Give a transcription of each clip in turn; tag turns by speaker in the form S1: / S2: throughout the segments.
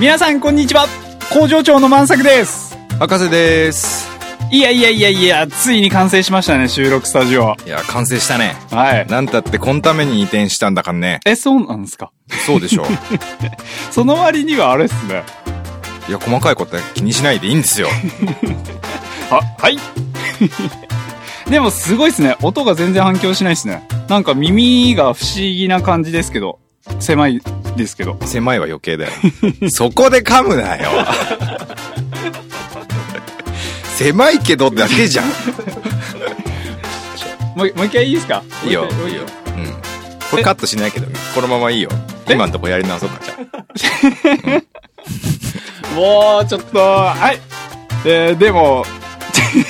S1: 皆さんこんにちは工場長の万作です
S2: 博士です
S1: いやいやいやいやついに完成しましたね収録スタジオ
S2: いや完成したね
S1: はい
S2: なんたってこのために移転したんだからね
S1: えそうなんですか
S2: そうでし ょう
S1: その割にはあれっすね
S2: いや細かいことは気にしないでいいん ですよ
S1: あはい でもすごいっすね音が全然反響しないっすねなんか耳が不思議な感じですけど狭いですけど
S2: 狭いは余計だよそこで噛むなよ狭いけどだけじゃん
S1: もうもう一回いいですか
S2: いいよ
S1: もう一回
S2: いいようんこれカットしないけどこのままいいよ今んとこやり直そうかじゃあ
S1: もうちょっと、はい。えー、でも、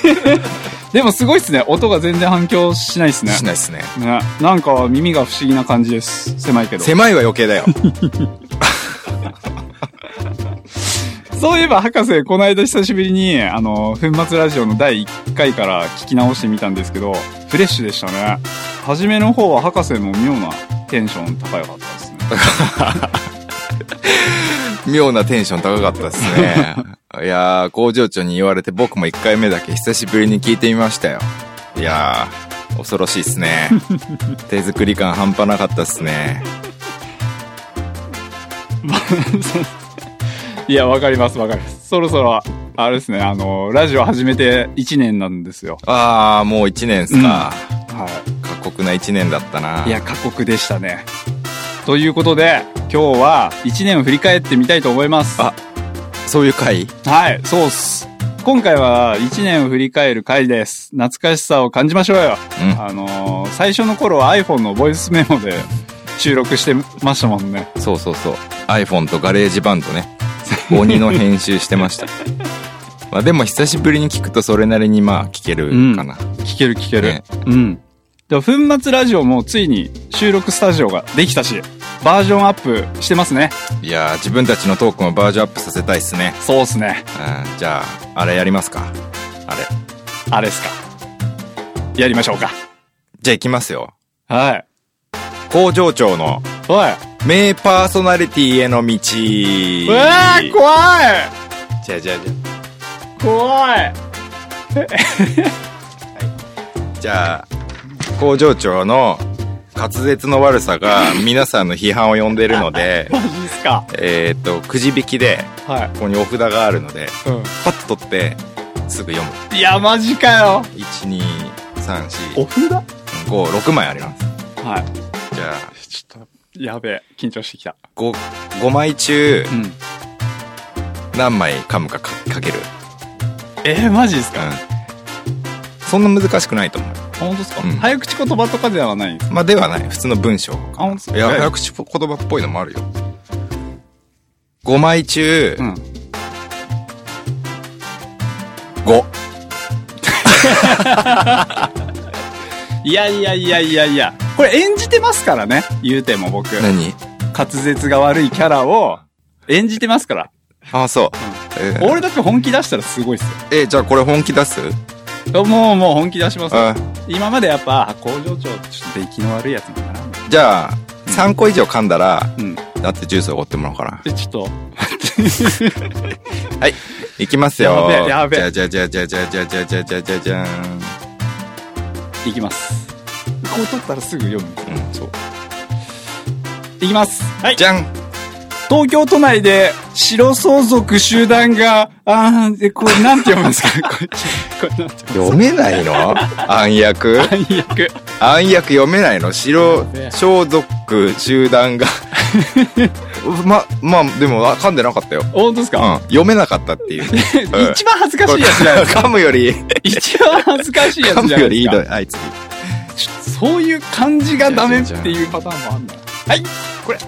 S1: でもすごいっすね。音が全然反響しないっすね。
S2: しないっすね
S1: ねなんか耳が不思議な感じです。狭いけど。
S2: 狭いは余計だよ
S1: そういえば博士、この間久しぶりに、あの、粉末ラジオの第1回から聞き直してみたんですけど、フレッシュでしたね。初めの方は博士も妙なテンション高かったですね。
S2: 妙なテンション高かったですね いやー工場長に言われて僕も1回目だけ久しぶりに聞いてみましたよいやー恐ろしいっす ね手作り感半端なかったっすね
S1: いや、わかります、わかります。そろそろ、あれですね、あの、ラジオ始めて1年なんですよ。
S2: ああもう1年っすか、
S1: はい。
S2: 過酷な1年だったない
S1: や、過酷でしたね。ということで、今日は1年を振り返ってみたいと思います。
S2: あそういう回
S1: はい、そうっす。今回は1年を振り返る回です。懐かしさを感じましょうよ。
S2: うん
S1: あのー最初の頃は iPhone のボイスメモで収録してましたもんね。
S2: そうそうそう iPhone とガレージバンドね鬼の編集してま したまあでも久しぶりに聞くとそれなりにまあ聞けるかな、
S1: 聞ける聞ける。
S2: ね
S1: うん。でも粉末ラジオもついに収録スタジオができたし、バージョンアップしてますね。
S2: いやー自分たちのトークもバージョンアップさせたいっすね
S1: そうっすね。
S2: うんじゃあ、あれやりますか。あれ。
S1: あれっすか。やりましょうか。
S2: じゃあ行きますよ。
S1: はい。
S2: 工場長の
S1: おい。
S2: 名パーソナリティへの道。
S1: うわー怖い
S2: じゃあじゃあじゃ
S1: 怖い
S2: あ。じゃあ、工場長の滑舌の悪さ
S1: 、
S2: が皆さんの批判を呼んでるので
S1: マジっすか
S2: えーっと、くじ引きで、
S1: はい
S2: ここにお札があるので、、
S1: う
S2: パッと取って、すぐ読む。
S1: ん、いやマジかよ
S2: 1、2、3、4、
S1: 札は
S2: 5、6枚あります。
S1: い
S2: じゃあ、
S1: ちょっとやべえ緊張してきた
S2: 5、5枚中
S1: うん
S2: 何枚噛むかかかける。
S1: えー、マジですか、
S2: うん、そんな難しくないと思う。
S1: あ本当ですか、
S2: うん
S1: 早口言葉とかではないです
S2: まあ、ではない。普通の文章。
S1: あ本当です
S2: い
S1: か
S2: や、
S1: えー
S2: 早口言葉っぽいのもあるよ。5枚中、
S1: うん
S2: 5。
S1: いやいやいやいやいやこれ演じてますからね言うても僕
S2: 何
S1: 滑舌が悪いキャラを演じてますから
S2: あ、そう。えー
S1: 俺だって本気出したらすごいっす
S2: えーじゃあこれ本気出す
S1: よもうもう本気出しますよ
S2: あ
S1: 今までやっぱ工場長ちょっと息の悪いやつなんだな
S2: じゃあ、3個以上噛んだら、
S1: うん
S2: だってジュースをおごってもらおうかな。
S1: でちょ っと
S2: はい。いきますよ。
S1: やべえやべえ
S2: じゃあじゃあじゃあじゃあじゃあじゃあじゃあじゃあじゃあじゃん。
S1: いきますこう取ったらすぐ読む
S2: うん、そう。
S1: いきますはい
S2: じゃん
S1: 東京都内で白相続集団が、あー、でこれなんて読むん ですかこれ、これなんて読む
S2: 読めないの暗躍
S1: 最悪。
S2: 暗躍読めないの白装束集団が ままあでもあ噛んでなかったよ、
S1: 本当です
S2: うん
S1: か、、
S2: 読めなかったっていうう ん
S1: 一番恥ずかしいやつじゃないですか。
S2: 噛むより
S1: 一番恥ずかしいや
S2: 噛
S1: つ
S2: む
S1: じゃな
S2: よ
S1: い
S2: り
S1: で
S2: いい
S1: すか。
S2: のあいつ
S1: ちょっとそういう感じがダメっていうパターンもあんだ。はい、これ。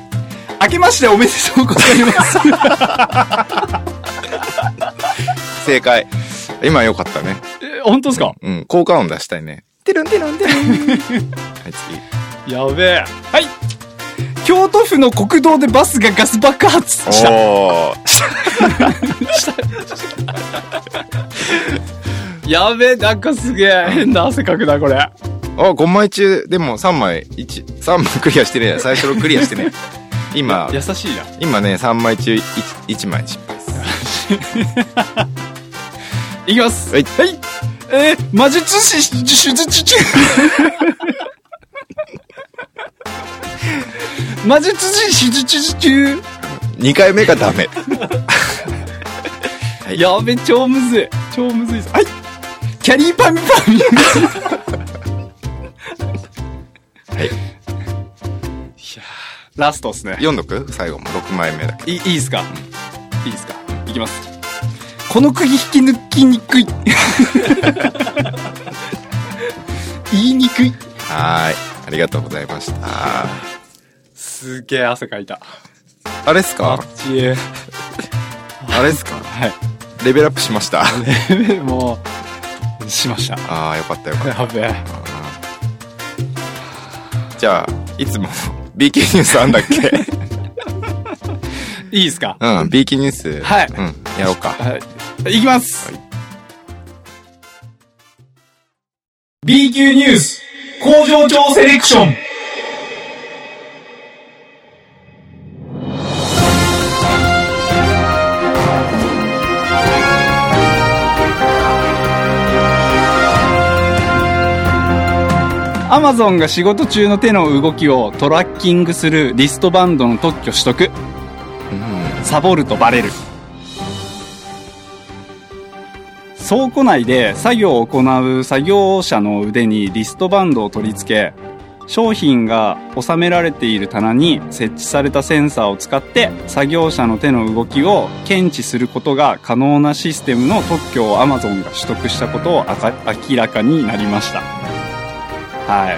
S1: 明けましておめでとうございます。
S2: 正解今よかったね
S1: え 本当ですか、
S2: うん効果音出したいねてるんてるんてるんはい次
S1: やべえ。はい。京都府の国道でバスがガス爆発した。
S2: おおー
S1: やべえ、なんかすげえ。変な汗かくな、これ。
S2: あ5枚中でも3枚13枚クリアしてねえ最初のクリアしてね今、
S1: 優しいな。
S2: 今ね、3枚中 1, 枚失敗です。
S1: いきます。
S2: はい
S1: はい。えー、魔術師、手術 中。魔術師、手術中。
S2: 2回目がダメ。はい
S1: やべ、超むずい。超むずいぞ。はい。キャリーパミパ ミ。
S2: はい。
S1: ラストっすね。
S2: 読んどく最後も6枚目だけ
S1: いいいっすかいいっすかいきます。この釘引き抜きに くい。言いにくい。
S2: ど。はーい。ありがとうございました。
S1: すげえ汗かいた。
S2: あれっす
S1: あ
S2: か
S1: っちへ。
S2: あれっすか
S1: はい。
S2: レベルアップしました。
S1: もう、しました。
S2: ああ、よかったよかっ た。
S1: やべえ。
S2: じゃあ、いつもの BK ニュースあんだ っけ
S1: いいですか
S2: うん、BK ニュース。
S1: はい
S2: うん、やろうか。
S1: はい。いきます、!B 級ニュース工場長セレクションアマゾンが仕事中の手の動きをトラッキングするリストバンドの特許取得
S2: うん
S1: サボるとバレる倉庫内で作業を行う作業者の腕にリストバンドを取り付け商品が収められている棚に設置されたセンサーを使って作業者の手の動きを検知することが可能なシステムの特許を Amazon が取得したことをあか明らかになりましたは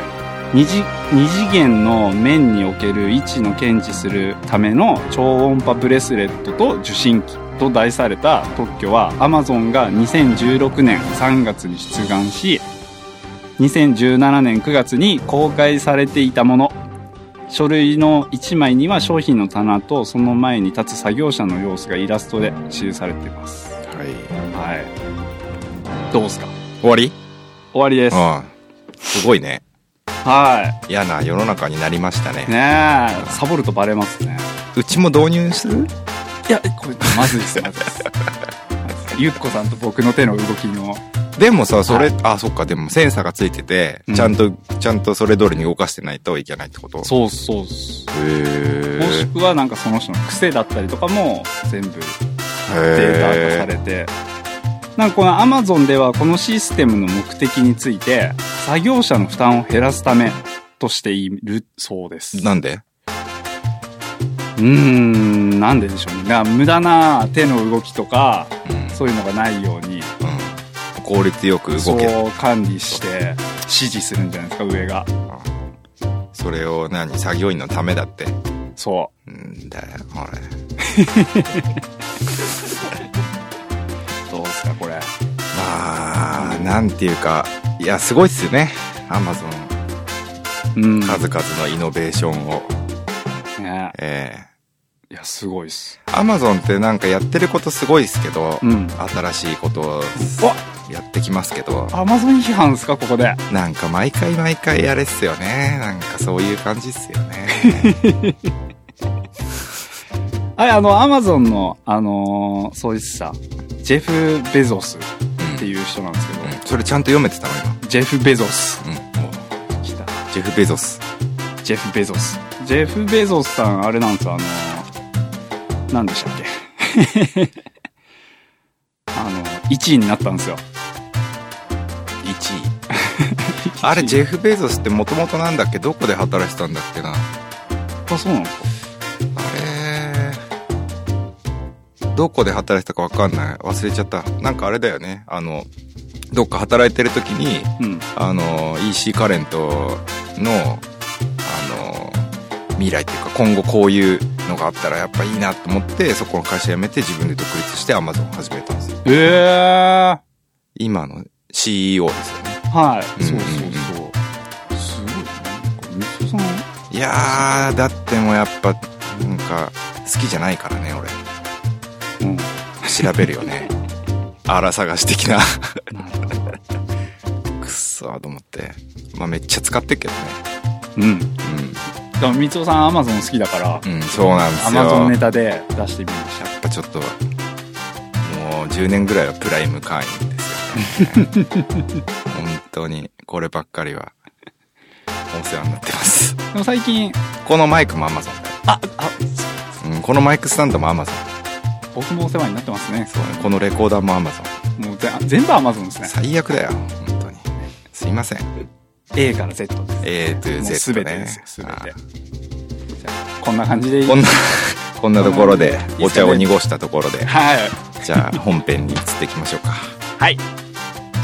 S1: い二次二次元の面における位置の検知するための超音波ブレスレットと受信機と題された特許は Amazon が2016年3月に出願し2017年9月に公開されていたもの書類の1枚には商品の棚とその前に立つ作業者の様子がイラストで記されています
S2: はい。
S1: はいどうですか
S2: 終わり
S1: 終わりですは
S2: うん。すごいね。
S1: い
S2: 嫌な世の中になりましたね。
S1: ねえサボるとバレますね
S2: うちも導入する
S1: いや、これ、まずいっす、まずいっす。ゆっこさんと僕の手の動きの。
S2: でもさ、それ、あ、そっか、でもセンサーがついてて、
S1: うん
S2: ちゃんと、ちゃんとそれ通りに動かしてないといけないってこと
S1: そうそうっす。
S2: う。へ
S1: もしくは、なんかその人の癖だったりとかも、全部データ化されて。なんかこの Amazon ではこのシステムの目的について、作業者の負担を減らすためとしているそうです。
S2: なんで
S1: うーん、なんででしょうね。な無駄な手の動きとか、
S2: うん。
S1: そういうのがないように、
S2: うん。効率よく動
S1: そ
S2: ける。
S1: う管理して、指示するんじゃないですか、上が。
S2: それを何作業員のためだって。
S1: そう。
S2: うんだよ、これ。
S1: どうですか、これ。
S2: まあ、なんていうか、いや、すごいっすよね。アマゾン、
S1: うん。
S2: 数々のイノベーションを。
S1: ね
S2: え
S1: いや、すごいっす。
S2: えアマゾンってなんかやってることすごいっすけど、
S1: うん。
S2: 新しいことを
S1: わ
S2: やってきますけど、
S1: アマゾン批判ですか、ここで。
S2: なんか毎回毎回あれっすよね。なんかそういう感じっすよね。
S1: はい、あの、アマゾンの、あのー、そういさ、ジェフ・ベゾスっていう人なんですけど、
S2: うんそれちゃんと読めてたの
S1: ジェフ・ベゾス。
S2: 今。うん。
S1: 来た。
S2: ジェフ・ベゾス。
S1: ジェフ・ベゾス。ジェフ・ベゾスさん、あれなんですよ、あのー、なんでしたっけ。 あの、1位になったんですよ。
S2: 1位。あれ、ジェフ・ベゾスってもともとなんだっけどこで働いてたんだっけな。
S1: あ、そうなんですか
S2: あれどこで働いてたかわかんない忘れちゃったなんかあれだよねあのどっか働いてる時に
S1: うん。
S2: あの EC カレントのあの未来っていうか今後こういうのがあったらやっぱいいなと思ってそこの会社辞めて自分で独立して Amazon を始めたんですよ
S1: ええー。
S2: 今の CEO ですよね
S1: はい。
S2: うん
S1: そうそうそう。すごいね。なんかみそさん、
S2: いやーだってもうやっぱなんか好きじゃないからね俺
S1: うん。
S2: 調べるよねあら探し的な
S1: なるほど
S2: くっそーと思って。まあめっちゃ使ってっけどね。
S1: うん。
S2: うん。
S1: しかも、みつおさんアマゾン好きだから、
S2: うん、そうなんで
S1: ア
S2: すよ。
S1: マゾンネタで出してみまし
S2: やっぱちょっと、もう10年ぐらいはプライム会員ですよね。 本当に、こればっかりは、お世話になってます。
S1: た。でも最近、
S2: このマイクも Amazon だよ。
S1: あ、あ、
S2: うん、このマイクスタンドも Amazon。
S1: 僕もお世話になってますね。
S2: そうね、このレコーダーも Amazon。
S1: もうぜ全部アマゾンですね。
S2: 最悪だよ、本当に。すいません。
S1: A から Z です。
S2: A to
S1: もう
S2: Z
S1: 全
S2: ね。
S1: てですよ、全て。
S2: あー
S1: じゃあこんな感じでいい
S2: こんな、こんなところで、
S1: いいっ
S2: お
S1: すかね
S2: 茶を濁したところで、
S1: はい。
S2: じゃあ本編に移っていきましょうか。
S1: はい。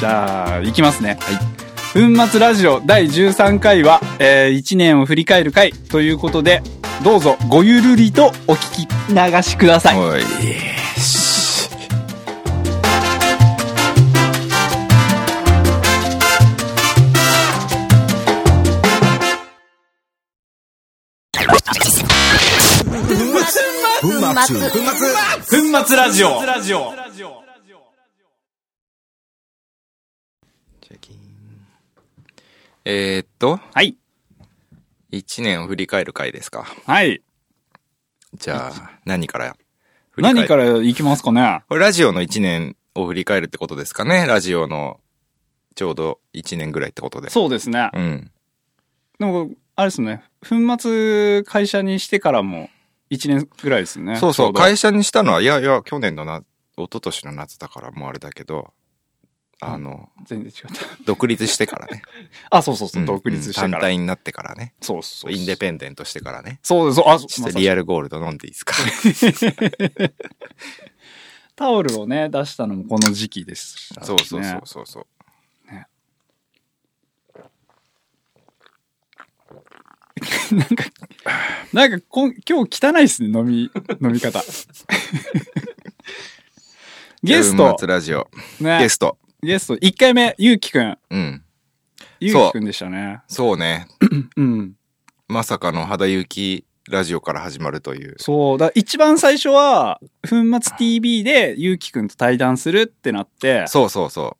S1: じゃあ、いきますね。
S2: はい。
S1: 粉末ラジオ第13回は、え1年を振り返る回ということで、どうぞごゆるりとお聞き流しください。
S2: おいし
S1: 粉末ラジオ
S2: えー、っと、
S1: はい。
S2: 一年を振り返る回ですか。
S1: はい。
S2: じゃあ、何から振り返る
S1: 何からいきますかね
S2: これラジオの一年を振り返るってことですかねラジオのちょうど一年ぐらいってことで。
S1: そうですね。
S2: うん。
S1: でも、あれですね。粉末会社にしてからも1年ぐらいですね。
S2: そうそ
S1: ちょ
S2: う、
S1: ど
S2: 会社にしたのは、いやいや、去年のな、一昨年の夏だからもうあれだけど、あの、
S1: 全然違った。
S2: 独立してからね。
S1: あ、そうそう そう。
S2: うん
S1: 独立してか
S2: うん
S1: ら。
S2: 単体になってからね。
S1: そうそうそう。
S2: インデペンデントしてからね。
S1: そうです。そうあ、そう
S2: ちょ
S1: ま
S2: っ
S1: さ
S2: と
S1: に
S2: リアルゴールド飲んでいいです か
S1: タオルをね、出したのもこの時期でした、ね。
S2: そうそうそうそうそう。
S1: なんか、なんかこん今日汚いっすね、飲み、 飲み方。ゲス
S2: 粉
S1: ト
S2: 末、ラジオ。
S1: ね
S2: ゲ、スト。
S1: ゲスト、1回目、ゆうきくん。
S2: うん。
S1: ゆうきくんでしたね。
S2: そうね。
S1: うん。
S2: まさかの肌行きラジオから始まるという。
S1: そう、だ一番最初は、粉末 TV でゆうきくんと対談するってなって、
S2: そうそうそ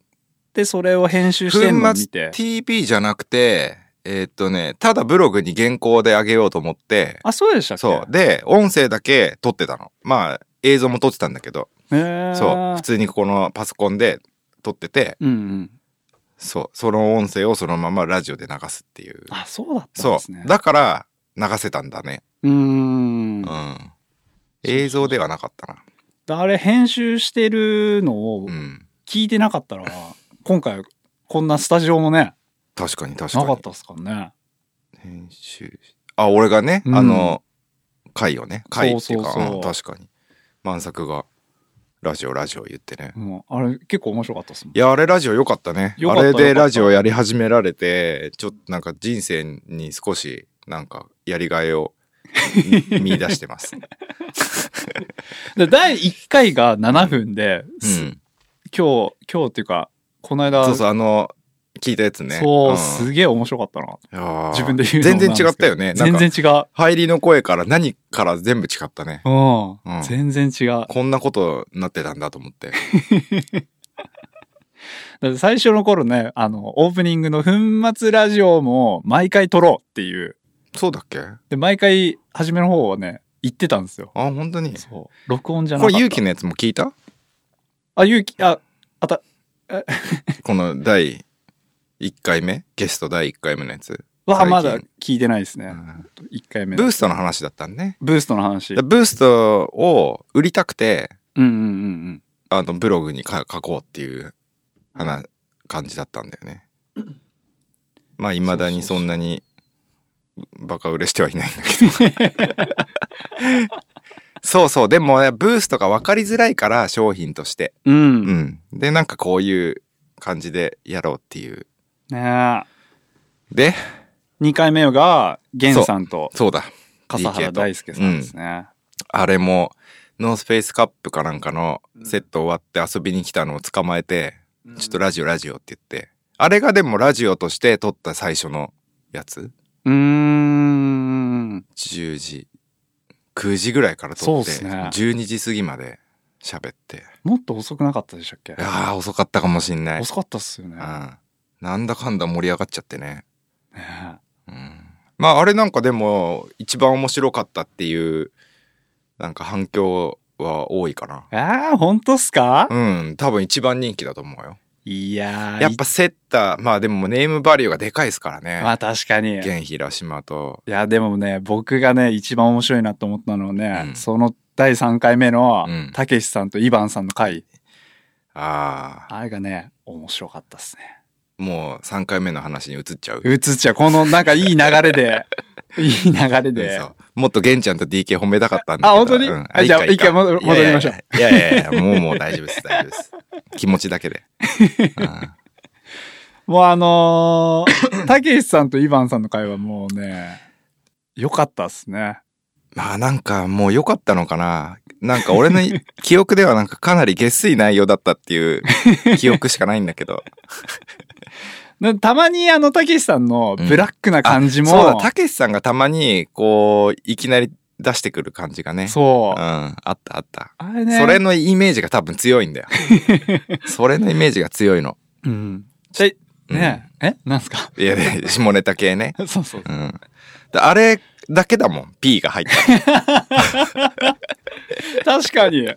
S1: で、それを編集
S2: う。
S1: してんのを
S2: 粉
S1: 見て
S2: 末。TV じゃなくて、えーっとね、ただブログに原稿であげようと思って、
S1: あ、そうでしたっけ
S2: そう。。で、音声だけ撮ってたの。まあ、映像も撮ってたんだけど、
S1: へー
S2: そう。普通にこのパソコンで撮ってて、
S1: うんうん。
S2: そう。その音声をそのままラジオで流すっていう。
S1: あ、そうだったん
S2: そ
S1: ですね。
S2: う。だから、流せたんだね。
S1: うーん
S2: う。ん。映像ではなかったな。
S1: あれ、編集してるのを
S2: うん。
S1: 聞いてなかったら、今回、こんなスタジオもね、
S2: 確かに確
S1: な
S2: か
S1: か
S2: に
S1: っ。たですからね。
S2: 編集しあ俺がね、
S1: うん
S2: あの回をね回っていうか
S1: そうそうそう
S2: うん確かに満作がラジオラジオ言ってね
S1: もう、あれ、結構面白かったっすもん
S2: い。やあれラジオ良かったね
S1: 良かっ
S2: あ
S1: た
S2: れ
S1: 良か
S2: で
S1: った
S2: ラジオやり始められてちょっとなんか人生に少しなんかやりがいを 見出してます、
S1: で、第1回が7分で、
S2: う
S1: す
S2: ん、
S1: 今日、今日っていうか、この間、
S2: そうそうあの聞いたやつね
S1: そう、
S2: ん
S1: すげえ面白かったな。
S2: いやー
S1: 自分で言うのも
S2: 全
S1: なん
S2: 然
S1: ですけど
S2: 違ったよねなん
S1: 全
S2: か
S1: 然違う。
S2: 入りの声から何から全部違ったね
S1: うん。
S2: うん
S1: 全然違う。だ
S2: こんなことになってたんだと思って
S1: って最初の頃ね、あの、オープニングの粉末ラジオも毎回撮ろうっていう。
S2: そうだっけあ
S1: で、毎回、初めの方はね、言ってたんですよ。
S2: 本当に
S1: そう。録音じゃなか
S2: こ
S1: った。
S2: れ勇気のやつも聞いた
S1: あ、勇気、あ、
S2: この第1回目ゲスト第1回目のやつ、
S1: わ
S2: 最
S1: あ、
S2: 近
S1: まだ聞いてないですね。1回目
S2: ブ
S1: の。
S2: ーストの話だったんね
S1: ブーストの話。
S2: だ
S1: うん
S2: ブーストを売りたくて
S1: うんうんうん。
S2: あのブログにか書こうっていう話感じだったんだよねまあいまだにそんなにバカ売れしてはいないんだけどそうそうでもねブーストが分かりづらいから商品として
S1: うん。
S2: う
S1: ね
S2: んでなんかこういう感じでやろうっていう
S1: え。
S2: で
S1: 2回目が、ゲンさんと
S2: そうだ
S1: 笠原
S2: DK と
S1: 大輔さんですね。
S2: あれも、ノースペースカップかなんかのセット終わって遊びに来たのを捕まえて、ちょっとラジオラジオって言って。あれがでもラジオとして撮った最初のやつ
S1: うーん。
S2: ?10 時、9時ぐらいから
S1: そう
S2: 撮
S1: っ
S2: っ
S1: す
S2: て、
S1: ね
S2: 12時過ぎまで喋って。
S1: もっと遅くなかったでしたっけ
S2: いやー、遅かったかもしんない。
S1: 遅かったっすよ
S2: う
S1: ね。
S2: ん。なんだかんだ盛り上がっちゃってね。
S1: ねえ
S2: うん。まああれなんかでも一番面白かったっていうなんか反響は多いかな。
S1: ああ、本当っすか、
S2: うん、多分一番人気だと思うよ。
S1: いやー、
S2: やっぱセッター、まあでもネームバリューがでかいですから
S1: い、ま
S2: ね。
S1: あ確かに。
S2: 現広島と。
S1: いや、でもね、僕がね、一番面白いなと思ったのはね、
S2: うん
S1: その第3回目の
S2: うん、
S1: たけしさんとイバンさんの回。
S2: ああ、
S1: あれがね、面白かったっすね。
S2: もう3回目の話に移っちゃう。
S1: うつっちゃう、このなんかいい流れ で、いい流れで
S2: そ。うもっと玄ちゃんと DK 褒めたかったんだけど。
S1: あ本当に
S2: うん
S1: あじゃあ
S2: いいかい
S1: 一回
S2: いか
S1: 戻戻りましょう
S2: いやいやいやいやいや、もうもう大丈夫です、大丈夫です。気持ちだけで。うん
S1: もうあのー たけしさんとイバンさんの会はもうね、良かったっすね。
S2: まあなんかもう良かったのかな。なんか俺の記憶ではなんかかなり下水内容だったっていう記憶しかないんだけ ど。
S1: なたまにあの、たけしさんのブラックな感じも、
S2: そうだ、たけしさんがたまにこう、いきなり出してくる感じがね。
S1: そう
S2: うん、あったあった。
S1: あれね。
S2: それのイメージが多分強いんだ よ。それのイメージが強いの。
S1: うん。で、
S2: うん
S1: ねえ、えなんすか
S2: いや、で下ネタ系ね。
S1: そうそう。
S2: うん。であれだけだもん。P が入ったの。
S1: 確かに。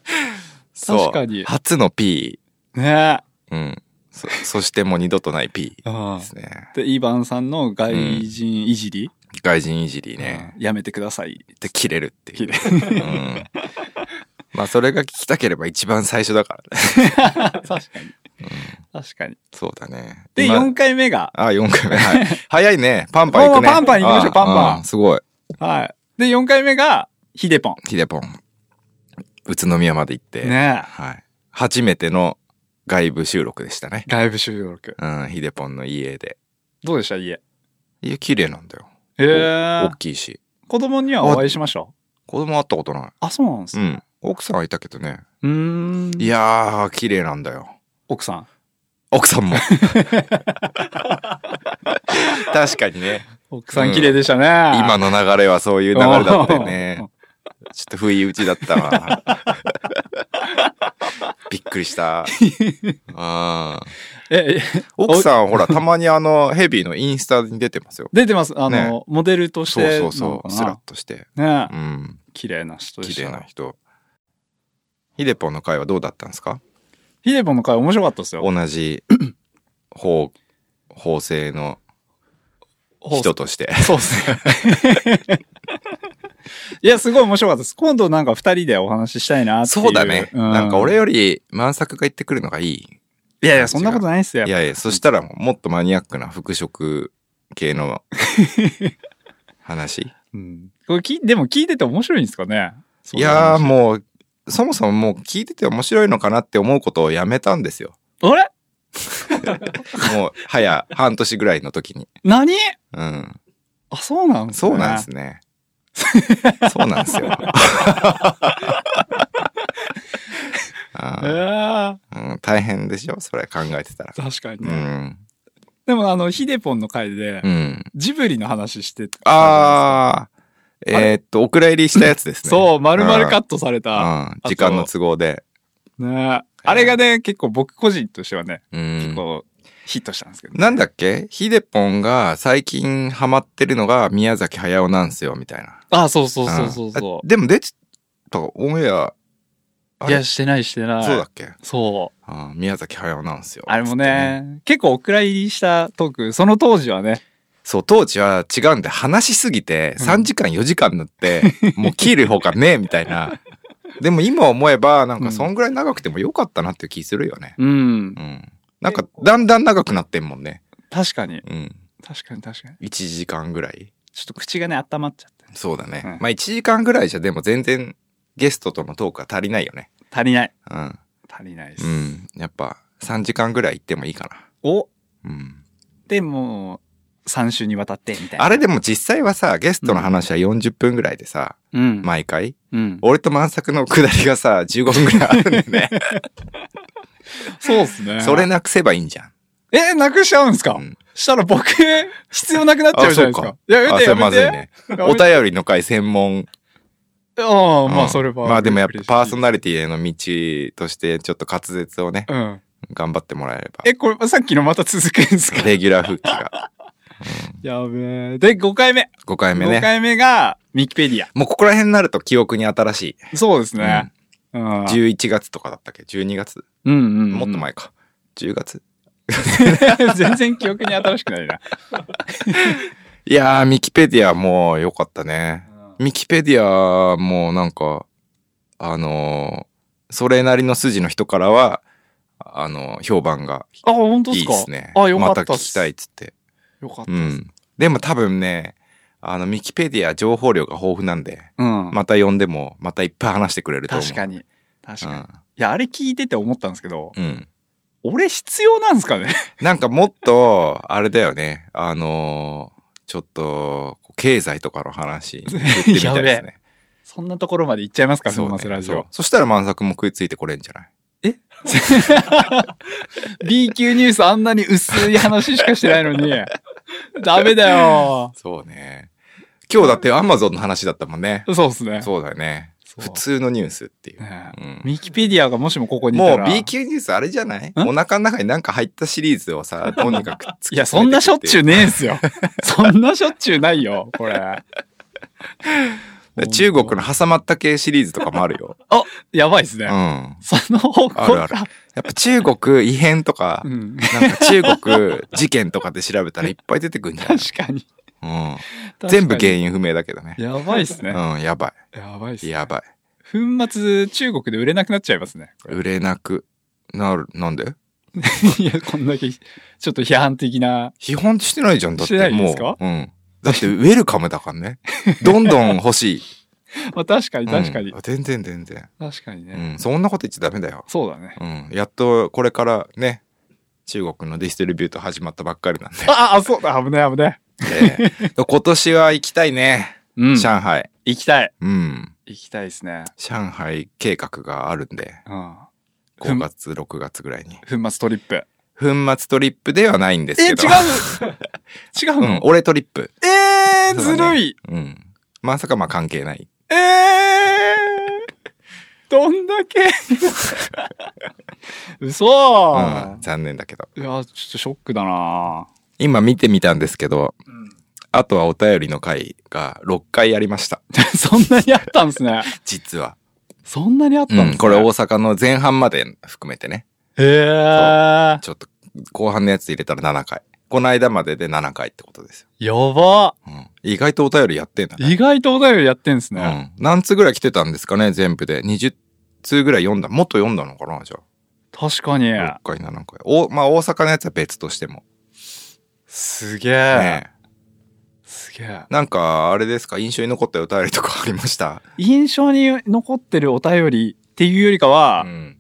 S2: そう
S1: 確かに
S2: 初の P。
S1: ね
S2: うん。そ、そしてもう二度とない P
S1: え。うん
S2: ですね。
S1: で、イバンさんの外人いじり、
S2: 外人いじりね。
S1: うんやめてください。
S2: で、切れるっていう。
S1: 切れ
S2: うん。まあ、それが聞きたければ一番最初 だからね。
S1: 確かに。確かに。
S2: そうだね。
S1: で、
S2: 今
S1: 4回目が、
S2: あ、4回 目。はい。早いね。パンパン行くね。
S1: もうパンパン行きましょう
S2: あ
S1: パンパン
S2: あすごい。
S1: はい。で、4回目が、ヒデポン。
S2: ヒデポン。宇都宮まで行って。
S1: ねえ
S2: はい。初めての外部収録でしたね。
S1: 外部収録。
S2: うん、ヒデポンの家で。
S1: どうでした家。
S2: いや、綺麗なんだよ。
S1: えー
S2: 大、きいし。
S1: 子供にはお会いしましょ。。
S2: 子供会ったことないう
S1: あ、そうなんです
S2: う
S1: ね。
S2: ん。奥さんはいたけどね。
S1: うーん。
S2: いやー、綺麗なんだよ。
S1: 奥さん。
S2: 奥さん も。確かにね。
S1: 奥さん綺麗でしたね。
S2: 今の流れはそういう流れだったよね。ちょっと不意打ちだったわ。 びっく りした。うん
S1: え、え
S2: 奥さんほら、たまにあの、ヘビーのインスタに出てますよ。
S1: 出てます。あの、
S2: ね
S1: モデルとし
S2: そう
S1: て
S2: そ
S1: の
S2: う
S1: か
S2: そう。
S1: な
S2: スラッとして。
S1: ね
S2: う、ん。
S1: 綺麗な人でし
S2: 綺
S1: た
S2: 麗
S1: ね
S2: な。人。ヒデポンの会はどうだったんですか
S1: ヒデポンの回面白かったですよ。
S2: 同じ法、法制の人として。
S1: そうですね。いや、すごい面白かったです。今度なんか二人でお話ししたいなっていう。
S2: そうだね。
S1: う
S2: なんか俺。より万作が言ってくるのがいい。
S1: いやいや、そんなことないっすよ。
S2: いやいや、そしたらもっとマニアックな服飾 系の話。
S1: うんこれき、でも聞いてて面白いんですかね
S2: いやー
S1: う
S2: もう、そもそももう聞いてて面白いのかなって思うことをやめたんですよ。
S1: 話。あれ
S2: もう、早、半年ぐらいの時に。
S1: 何
S2: うん。
S1: あ、そうなんですね。
S2: そうなんです ね。そうなんですよ。あ
S1: ええ
S2: ーうん、大変でしょそれ考えてたら。
S1: 確かに
S2: う
S1: ね。
S2: ん。
S1: でもあの、ヒデポンの回で
S2: う、ん。
S1: ジブリの話してたじゃない
S2: ああ、えーっと、お蔵入りしたやつです
S1: ですか
S2: ね。
S1: そう、丸々カットされ
S2: う
S1: た。
S2: ん。時間の都合で。
S1: ねあれがね、結構僕個人としてはね、
S2: う
S1: 結
S2: ん。
S1: 構ヒットしたんですけどね、
S2: なんだっけヒデポンが最近ハマってるのが宮崎駿なんすよ、みたいな。
S1: あ、そうそうそうそうそ
S2: んでも出てたオンエア、あ
S1: う。い
S2: れ
S1: や、してないしてない。
S2: そうだっけ
S1: そう。
S2: あー宮崎駿なんすよ。
S1: あれも
S2: つって
S1: ね、結構お蔵入りしたトーク、その当時はね、
S2: そう、当時は違うんで話しすぎて
S1: うん
S2: 3時間4時間にな って、もう切る方がねえ、みたいな。でも今思えば、なんかそんぐらい長くてもよかったなっていう気するよね。
S1: うん
S2: う。ん。なんかだんだん長くなってんもんね。
S1: 確かに、
S2: うん。
S1: 確かに確かに。
S2: 1時間ぐらい
S1: ちょっと口がね、温まっちゃって。
S2: そうだね。
S1: うん
S2: まあ1時間ぐらいじゃでも全然ゲストとのトークは足りないよね。
S1: 足りない。
S2: うん。
S1: 足りないです。
S2: うん。やっぱ3時間ぐらい行ってもいいか
S1: お
S2: な。うん。
S1: でも、3週にわたって、みたいな。
S2: あれでも実際はさ、ゲストの話は40分ぐらいでさ、
S1: うん。
S2: 毎回
S1: うん。
S2: 俺と満作の下りがさ、15分ぐらいあるんだよね。
S1: そうっすね。
S2: それなくせばいいんじゃん。
S1: え、なくしちゃうんですか、
S2: うん
S1: したら僕、必要なくなっちゃうじゃないです
S2: あそ
S1: か
S2: うか。
S1: いや、や
S2: あ、
S1: めて
S2: それ
S1: や
S2: ま
S1: め
S2: ずい
S1: て。
S2: ね。お
S1: い。
S2: 便りの会専門。
S1: ああ、ま
S2: う
S1: あ、
S2: ん
S1: それは。
S2: まあでもやっぱパーソ
S1: ナ
S2: ナリティへの道としてちょっと滑舌をね、
S1: うん。
S2: 頑張ってもらえれば。
S1: え、これ、さっきのまた続くんですか
S2: レギュラー復帰が。
S1: やべえ。で、5回目。
S2: 5回目
S1: 5
S2: ね。
S1: 回目が、ミキペディア。
S2: もうここら辺になると記憶に新しい。
S1: そうです
S2: うん
S1: ね。うん。
S2: 11月とかだったっけ ?12 月
S1: うんうん。
S2: もっと前か。10月
S1: 全然記憶に新しく ないな。
S2: いやー、ミキペディアもう良かったね。ミキペディアもなんか、あのーそれなりの筋の人からは、あのー評判が
S1: あ、本当
S2: い
S1: で
S2: い
S1: すか
S2: ですね。
S1: あ、よか
S2: ま
S1: った
S2: た
S1: っす。
S2: 聞きたいっつって。
S1: よかった
S2: う
S1: っす。
S2: ん。でも多分ね、あの、ミキペディア情報量が豊富なんで、
S1: うん。
S2: また呼んでも、またいっぱい話してくれると思う。
S1: 確か
S2: に。
S1: に。確かに。いや、あれ聞いてて思ったんですけど、
S2: うん。うん
S1: 俺必要なんですかね
S2: なんかもっと、あれだよね。あのーちょっと、経済とかの 話、言ってみたいですね。
S1: そんなところまで行っちゃいますか、
S2: そう
S1: 粉
S2: ね
S1: 末ラジ
S2: そう
S1: オ。
S2: そしたら満作も食いついてこれんじゃない
S1: B 級ニュースあんなに薄い話しかしてないのに。 ダメだよ。
S2: そうね。今日だってアマゾンの話だったもんね。
S1: そうですね。
S2: そうだよね。
S1: そう
S2: 普通のニュースっていう。
S1: ね
S2: うん
S1: ミキペディアがもしもここにいた
S2: も
S1: ら
S2: う B 級ニュースあれじゃない
S1: ん
S2: お腹の中になんか入ったシリーズをさ、とにかく突き
S1: いや、そんなしょっちゅ
S2: う。
S1: うねえんす よ。そんなしょっちゅうないよ、これ。
S2: 中国の挟まった系シリーズとかもあるよ。
S1: あ、やばいですね。
S2: うん。や
S1: その方向か。
S2: あるっぱ中国異変とか
S1: う、ん。
S2: なんか中国事件とかで調べたらいっぱい出てくるんじゃな い
S1: 確かに。
S2: うん。全部原因不明だけどね。
S1: 因。やばいっす
S2: う
S1: ね。
S2: ん、やば
S1: やばいっす
S2: い。
S1: ね。
S2: やばい。
S1: 粉末中国で売れなくなっちゃいますね。これ
S2: 売れなくなる。なんで
S1: いや、こんだけ、ちょっと批判的な。
S2: 批判してないじゃん。だっ
S1: してな
S2: て
S1: いん
S2: も
S1: で
S2: う。
S1: すか
S2: うん。だってウェルカムだから ね。どんどん欲しい。
S1: まあ確かに
S2: うん
S1: 確かに。
S2: 全然全然。
S1: 確かにね、
S2: うん。そんなこと言っちゃダメだよ。
S1: そうだね。
S2: うん。やっとこれからね、中国のディストリビュート始まったばっかりな んで。
S1: ああ、そうだ、危ない危ない。
S2: ええ今年は行きたいね。
S1: うん
S2: 上海。
S1: 行きたい。
S2: うん。
S1: 行きたいですね。
S2: 上海計画があるんで、
S1: うん。ふ
S2: 5
S1: ん
S2: 月、6月ぐらいに。
S1: 粉末トリップ。
S2: 粉末トリップではないんです
S1: え、違う
S2: けど。
S1: 違う
S2: う
S1: の、
S2: ん、俺トリップ。
S1: えー、
S2: そう
S1: ず
S2: だね
S1: るい。
S2: うん。まさかまあ関係ない。
S1: えー、どんだけ 嘘、
S2: うん、残念だけど。
S1: いや、ちょっとショックだな
S2: 今見てみたんですけど、
S1: うん。
S2: あとはお便りの回が6回ありま した。
S1: そんなにあったんですね。
S2: 実は。
S1: そんなにあったん
S2: う
S1: ですね。
S2: ん、これ大阪の前半まで含めてね。
S1: へえ。
S2: ちょっと後半のやつ入れたら7回。この間までで7回ってことです
S1: や
S2: よ。
S1: ば。
S2: うん。意外とお便りやってんだね。
S1: 意外とお便りやってんですね。
S2: うん。何通ぐらい来てたんですかね、全部で。20通ぐらい読んだ。もっと読んだのかな、じゃ
S1: 確かに。
S2: あ。6回、7回。お、まあ大阪のやつは別としても。
S1: すげえ。
S2: ねえ
S1: すげえ。
S2: なんか、あれですか、印象に残ったお便りとかありました
S1: 印象に残ってるお便りっていうよりかは、
S2: ん。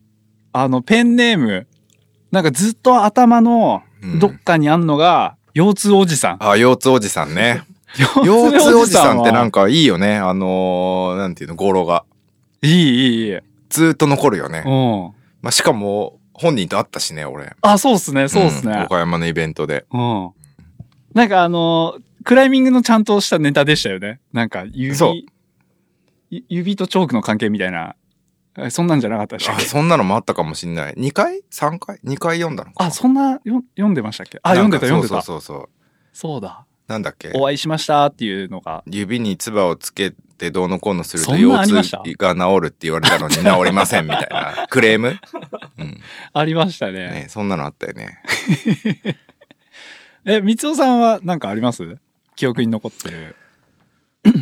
S1: あの、ペンネーム、なんかずっと頭の
S2: うん
S1: どっかにあんのが、腰痛おじさん。
S2: あ、腰痛おじさんね。腰
S1: 腰
S2: 痛おじさんってなん
S1: か。
S2: かいいよね。あのー、なんていうの、語呂が。
S1: いい、いい、いい。
S2: ずーっと残るよね
S1: う。ん。
S2: まあ、しかも、本人と会ったしね、俺。
S1: あ、そうっすね、そうっす
S2: ん
S1: ね。
S2: 岡山のイベントで。
S1: うん。なんかあの、クライミングのちゃんとしたネタでしたよね。なんか指
S2: そう、
S1: ゆ指とチョークの関係みたいな、えそんなんじゃなかったでしたっ
S2: あ、
S1: け
S2: そんなのもあったかもしんない。2回 ?3 回 ?2 回読んだのか。
S1: あ、そんなよ読んでましたっけあ、
S2: な
S1: 読ん
S2: んか
S1: でた、読んでた。
S2: そうそうそうそ
S1: そ
S2: う。
S1: うだ。
S2: なんだっけ
S1: お会いしましたっていうのが。
S2: 指に唾をつけてどうのこうのすると
S1: そんなありま
S2: 腰
S1: した
S2: 痛が治るって言われたのに治りませんみたい なクレーム、うん
S1: ありましたね。
S2: ね、そんなのあったよね。
S1: え、みつおさんはなんかあります記憶に残ってる。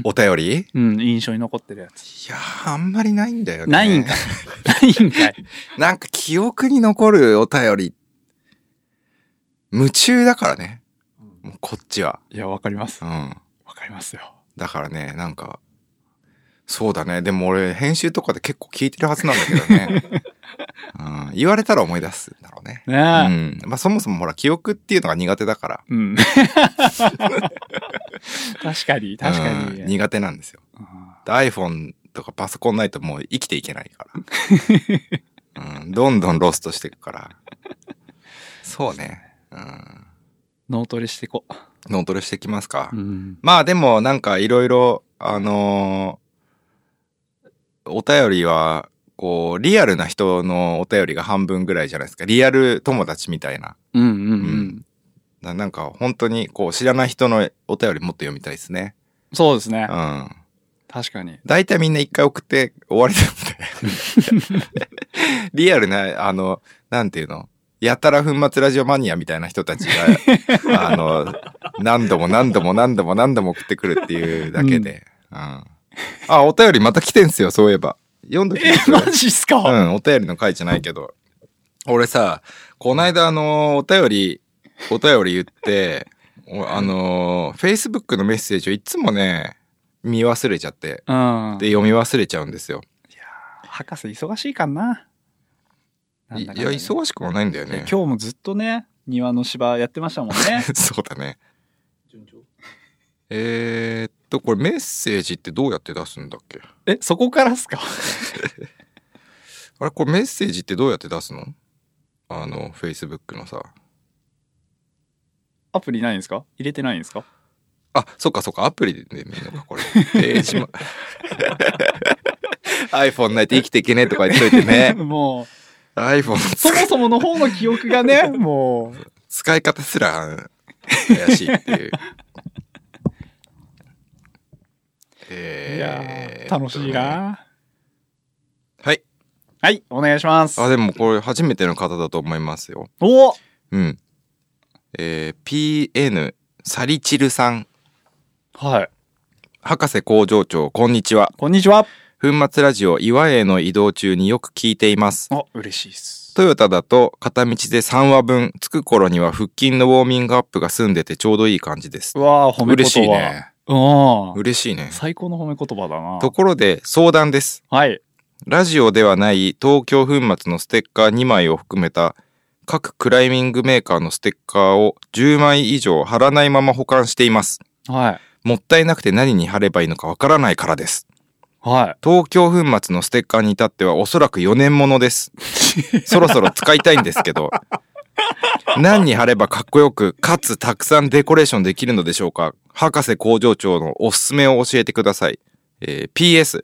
S2: お便りい
S1: うん、印象に残ってるやつ。
S2: やーあんまりないんだよね。
S1: ないんかい。ないんかい。
S2: なんか記憶に残るお便り、夢中だからね。もうこっちは。
S1: いや、わかります
S2: う。ん。
S1: わかりますよ。
S2: だからね、なんか、そうだね。でも俺、編集とかで結構聞いてるはずなんだけどね。 うん、言われたら思い出すんだろうね。
S1: ね
S2: う
S1: え。
S2: ん。まあそもそもほら、記憶っていうのが苦手だから。
S1: うん。 確かに、確か
S2: う
S1: に。
S2: ん苦手なんですよ。
S1: うん
S2: で iPhone とかパソコンないともう生きていけない から。うん、どんどんロストしていくから。そうね。うん。
S1: 脳トレしていこ
S2: 脳トレしてきますか。
S1: う。うん。
S2: まあでもなんかいろいろ、あのーお便りは、こう、リアルな人のお便りが半分ぐらいじゃないですか。リアル友達みたいな。
S1: うんうんう
S2: うん
S1: ん。
S2: ななんか本当にこう知らない人のお便りもっと読みたいですね。
S1: そうですね
S2: う。ん。
S1: 確かに。
S2: 大体みんな一回送って終わりなんで。リアルな、あの、なんていうのやたら粉末ラジオマニアみたいな人たち が、あの、何度も何度も何度も何度も送ってくるっていうだけで。うん。あ、お便りまた来てんすよ、そういえば。読んどきます
S1: え、マジっすか、
S2: うん、お便りの回じゃないけど。俺さ、こないだあのーお便り、お便り言って、おあのー、Facebook のメッセージをいつもね、見忘れちゃって、
S1: うん。
S2: で、読み忘れちゃうんですよ。
S1: 博士忙しいかな。ないん
S2: い
S1: だかん
S2: や、
S1: だね
S2: 忙しくもないんだよね。
S1: 今日もずっとね、庭の芝やってましたもんね。
S2: そうだね。えー、っと、これメッセージってどうやって出すんだっけ
S1: え、そこからっすか
S2: あれ、これメッセージってどうやって出すのあの、Facebook のさ。
S1: アプリないんですか入れてないんですか
S2: あ、そっかそっか、アプリで見るのか、 これ。ページも。iPhone ないと生きていけねえとか言っといてね。
S1: も
S2: iPhone の
S1: う、そも
S2: 使い
S1: そもの方の記憶が ね、もう。
S2: 使い方すら怪しいっていう。
S1: いや
S2: え
S1: ー、楽しい。な。
S2: はい。
S1: はい、お願いします。
S2: あ、でもこれ初めての方だと思いますよ。
S1: おお
S2: うん。えー、PN サリチルさん。
S1: はい。
S2: 博士工場長、こんにちは。
S1: こんにちは。
S2: 粉末ラジオ岩への移動中によく聞いています。
S1: あ、嬉しいっす。
S2: トヨタだと片道で3話分、着く頃には腹筋のウォーミングアップが済んでてちょうどいい感じです
S1: う。わー、褒め言葉。
S2: 嬉しいね。
S1: うん。
S2: 嬉しいね。
S1: 最高の褒め言葉だな。
S2: ところで相談です。
S1: はい。
S2: ラジオではない東京粉末のステッカー2枚を含めた各クライミングメーカーのステッカーを10枚以上貼らないまま保管しています。
S1: はい。
S2: もったいなくて何に貼ればいいのかわからないからです。
S1: は
S2: 東京粉末のステッカーに至ってはおそらく4年ものです。そろそろ使いたいんですけど、何に貼ればかっこよく、かつたくさんデコレーションできるのでしょうか博士工場長のおすすめを教えてください。えー PS、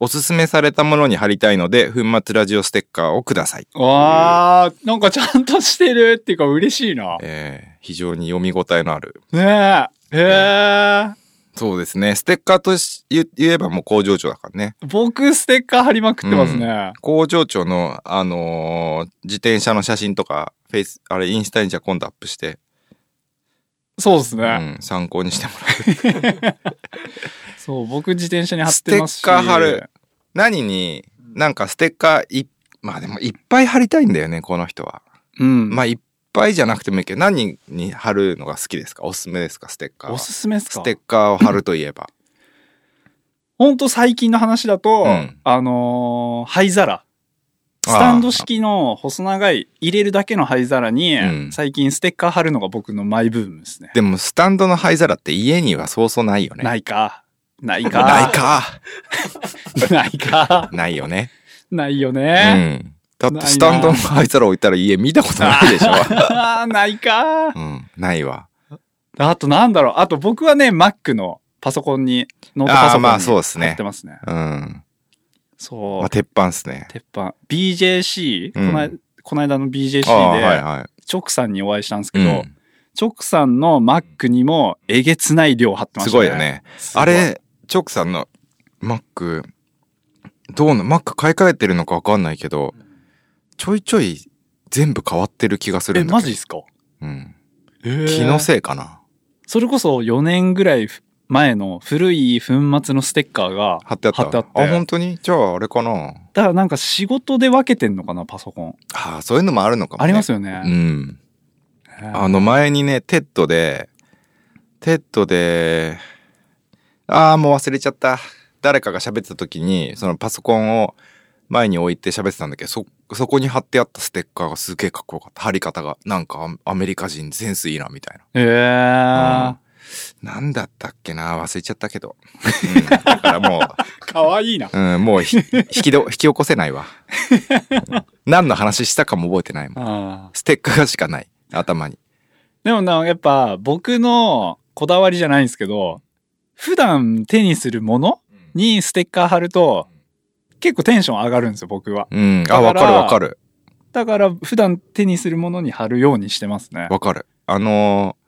S2: おすすめされたものに貼りたいので、粉末ラジオステッカーをください。
S1: い。わー、なんかちゃんとしてるっていうか嬉しいな。
S2: えー非常に読み応えのある。
S1: ねえ。へえ。
S2: そうですね。ステッカーとし言言えばもう工場長だからね。
S1: 僕、ステッカー貼りまくってますね。
S2: 工場長の、あのー自転車の写真とか、フェイス、あれ、インスタにじゃあ今度アップして、
S1: そうですね、
S2: うん、参考にしてもらう。
S1: そう、僕自転車に貼ってますし。
S2: ステッカー貼る。何に、なんかステッカーい、まあでもいっぱい貼りたいんだよね、この人は。
S1: うん。
S2: まあいっぱいじゃなくてもいいけど、何に貼るのが好きですかおすすめですか、ステッカーは。
S1: おすすめですか
S2: ステッカーを貼るといえば。
S1: ほんと最近の話だと、
S2: うん
S1: あのー灰皿。
S2: あー
S1: スタンド式の細長い入れるだけの灰皿に、
S2: うん
S1: 最近ステッカー貼るのが僕のマイブームですね。
S2: でも、スタンドの灰皿って家にはそうそうないよね。。
S1: ないいか。ないか。
S2: ない。か。
S1: ないか。
S2: ないよね。
S1: ないよ
S2: う
S1: ね。
S2: ん。だって、
S1: ないな
S2: スタンドの灰皿置いたら家見たことないでしょ。
S1: あーないか。
S2: うん。ないわ。
S1: あとなんだろう。あと僕はね、Mac のパソコンに、ノートパソコンに
S2: あーまあそうっすね
S1: 貼ってますね。
S2: うん。
S1: そう。
S2: まあ、鉄板っすね。
S1: 鉄板。BJC、
S2: うん
S1: この間この間の BJC
S2: ああ、はい
S1: で、
S2: は
S1: チョクさんにお会いしたんです
S2: い。
S1: けど、チョクさんの Mac にもえげつない量貼って
S2: うん、
S1: ますしたね。
S2: ごいよ。ね。あ
S1: あれ
S2: れ、チョクさんの Mac、どうな、Mac 買い替えてるのかわかんないけど、ちょいちょい全部変わってる気がする
S1: え、
S2: んだけ
S1: マ
S2: ど。
S1: ジっすか
S2: うん。
S1: えー
S2: 気のせいかな。
S1: それこそ4年ぐらい前の古い粉末のステッカーが
S2: 貼ってあった。
S1: 貼ってあって
S2: 本当にじゃああれかな。
S1: だからなんか仕事で分けてんのかな、パソコン。
S2: ああ、そういうのもあるのかも、ね。
S1: あります
S2: よ
S1: よね。
S2: うん。
S1: えー
S2: あの前にね、テッドで、テッドで、ああ、もう忘れちゃった。誰かが喋ってた時に、そのパソコンを前に置いて喋ってたんだけど、そ、そこに貼ってあったステッカーがすげえかっこよかった。貼り方が。なんかアアメリカ人センスいいな、みたい
S1: え
S2: な。
S1: ー
S2: うんなんだったっけな忘れちゃったけど。うん、だからも
S1: かわいいな。
S2: う、 うん、もうひ引きど、引き起こせない わ。何の話したかも覚えてないもん。
S1: あー
S2: ステッカーしかない。頭に。
S1: でもな、やっぱ僕のこだわりじゃないんですけど、普段手にするものにステッカー貼ると、結構テンション上がるんですよ、僕は。
S2: うん。
S1: だ
S2: あ、
S1: から
S2: わかるわかる。
S1: だから普段手にするものに貼るようにしてますね。
S2: わかる。あのー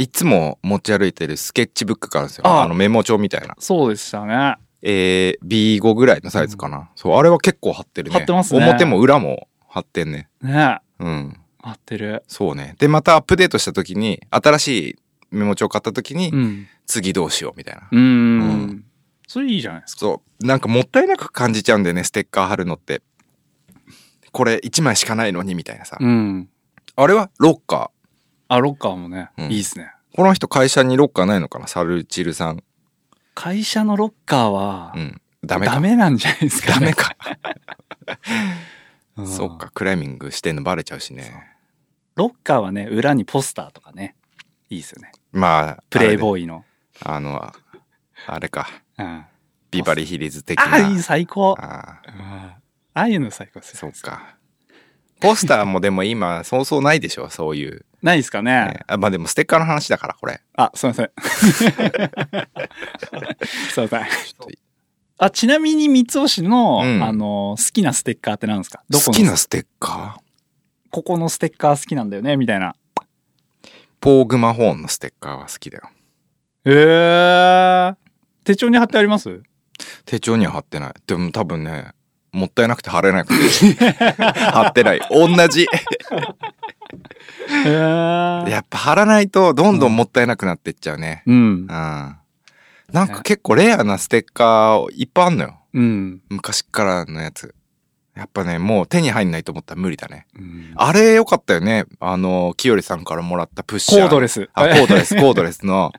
S2: いつも持ち歩いてるスケッチブックがあるんですよ。
S1: あ
S2: あ
S1: あ
S2: のメモ帳みたいな。
S1: そうでしたね。
S2: えー、B5 ぐらいのサイズかな。そう、あれは結構貼ってるね。
S1: 貼ってますね
S2: 表も裏も貼ってんね。
S1: ね
S2: うん。
S1: 合ってる。
S2: そうね。で、またアップデートした時に、新しいメモ帳買った時に、
S1: うん。
S2: 次どうしようみたいな。
S1: う。
S2: うん
S1: それいいじゃないですか。
S2: そう。なんかもったいなく感じちゃうんだよね、ステッカー貼るのって。これ1枚しかないのにみたいなさ。
S1: うん。
S2: あれはロッカ
S1: あ、ロッカーもね、
S2: うん
S1: いいですね。
S2: ー。この人会社にロッカーないのかなサルチルさん。
S1: 会社のロッカーは
S2: う、ん。ダメか。
S1: ダメなんじゃないですか、
S2: ダメ。か。
S1: うん
S2: そっか、クライミングしてんのバレちゃうしね。
S1: ロッカーはね、裏にポスターとかね、いいですよね。
S2: まあ、
S1: プレイボ
S2: ーイ。
S1: ーイの。
S2: あの、あれか。
S1: うん。あ
S2: ビバリーヒリーズ的な。
S1: あ、いい、最高。あ
S2: ああ
S1: ああいうの最高です
S2: そ
S1: よ
S2: っ。か。ポスターもでも今、そうそうないでしょ、そういう。
S1: ないですかね。
S2: ねあまあでもステッカーの話だから、これ。
S1: あ、すいません。 すいません。
S2: と
S1: あ、ちなみに三つ星の、
S2: うん
S1: あの、好きなステッカーって何ですかどこ
S2: 好
S1: の
S2: きなステッカ
S1: ここのステッカー好きなんだよねみたいな。
S2: ーポーグマホーンのステッカーは好きだよ。
S1: えー。手帳に貼ってあります
S2: 手帳には貼ってない。でも多分ね、もったいなくて貼れな くて。貼ってない。同じ。
S1: えー。
S2: やっぱ貼らないと、どんどんもったいなくなってっちゃうね。
S1: うん
S2: うん。。なんか結構レアなステッカーいっぱいあんのよ。
S1: うん。
S2: 昔からのやつ。やっぱね、もう手に入んないと思ったら無理だね。
S1: うん
S2: あれ良かったよね。あの、きよりさんからもらったプッシ
S1: コ
S2: ャー。
S1: ードレス。
S2: あ、コードレス、コードレスの、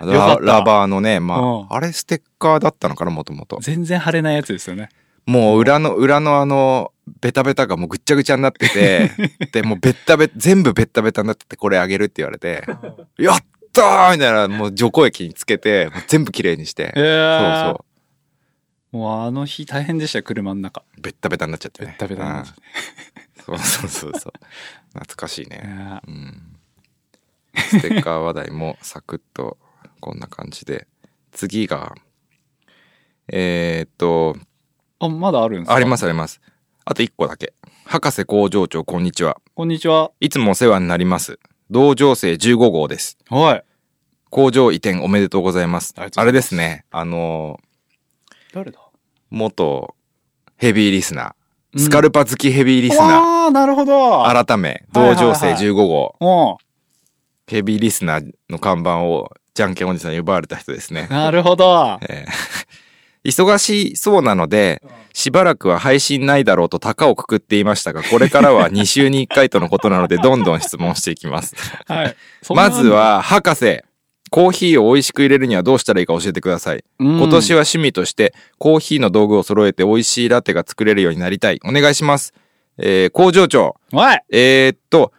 S1: よか
S2: ラ
S1: った
S2: ラバーのね、まあ、
S1: うん
S2: あれステッカーだったのかな、もともと。
S1: 全然貼れないやつですよね。
S2: もう裏の、裏のあの、ベタベタがもうぐっちゃぐちゃになっ てて、で、もうベッタベ、全部ベッタベタになってて、これあげるって言われて、やったーみたいな、もう除光液につけて、もう全部綺麗にして。
S1: え
S2: そう
S1: ー。
S2: そ
S1: もうあの日大変でしたよ、車の中。
S2: う。ベッタベタになっちゃってね。
S1: ベッタベタになっちゃっ
S2: うんそうそう そうそう。懐かしいね。
S1: ね
S2: うんステッカー話題もサクッとこんな感じで。次が、えーっと、
S1: あ、まだあるんですか。
S2: ありますすあります。あと1個だけ。博士工場長、こんにちは。
S1: こんにちは。
S2: いつもお世話になります。同情生15号です。
S1: はい。
S2: 工場移転おめでとうございます。
S1: あり
S2: あ
S1: がとうございます
S2: れですね。あの
S1: 誰だ
S2: ー、元ヘビーリスナー。スカ
S1: ル
S2: ルパ好きヘビーリスナー。
S1: ああ、なるほど。
S2: 改め、同情生15号。
S1: お
S2: ヘビーリスナーの看板を、じゃんけんおじさんに奪われた人ですね
S1: う。なるほど。
S2: えー忙しそうなので、しばらくは配信ないだろうと高をくくっていましたが、これからは2週に1回とのことな ので、どんどん質問していきます。
S1: はい。そんな
S2: まず、は、博士。コーヒーを美味しく入れるにはどうしたらいいか教えてください。今
S1: 今
S2: 年は趣味として、コーヒーの道具を揃えて美味しいラテが作れるようになりたい。お願いします。えー工場長。
S1: おい
S2: えーっと、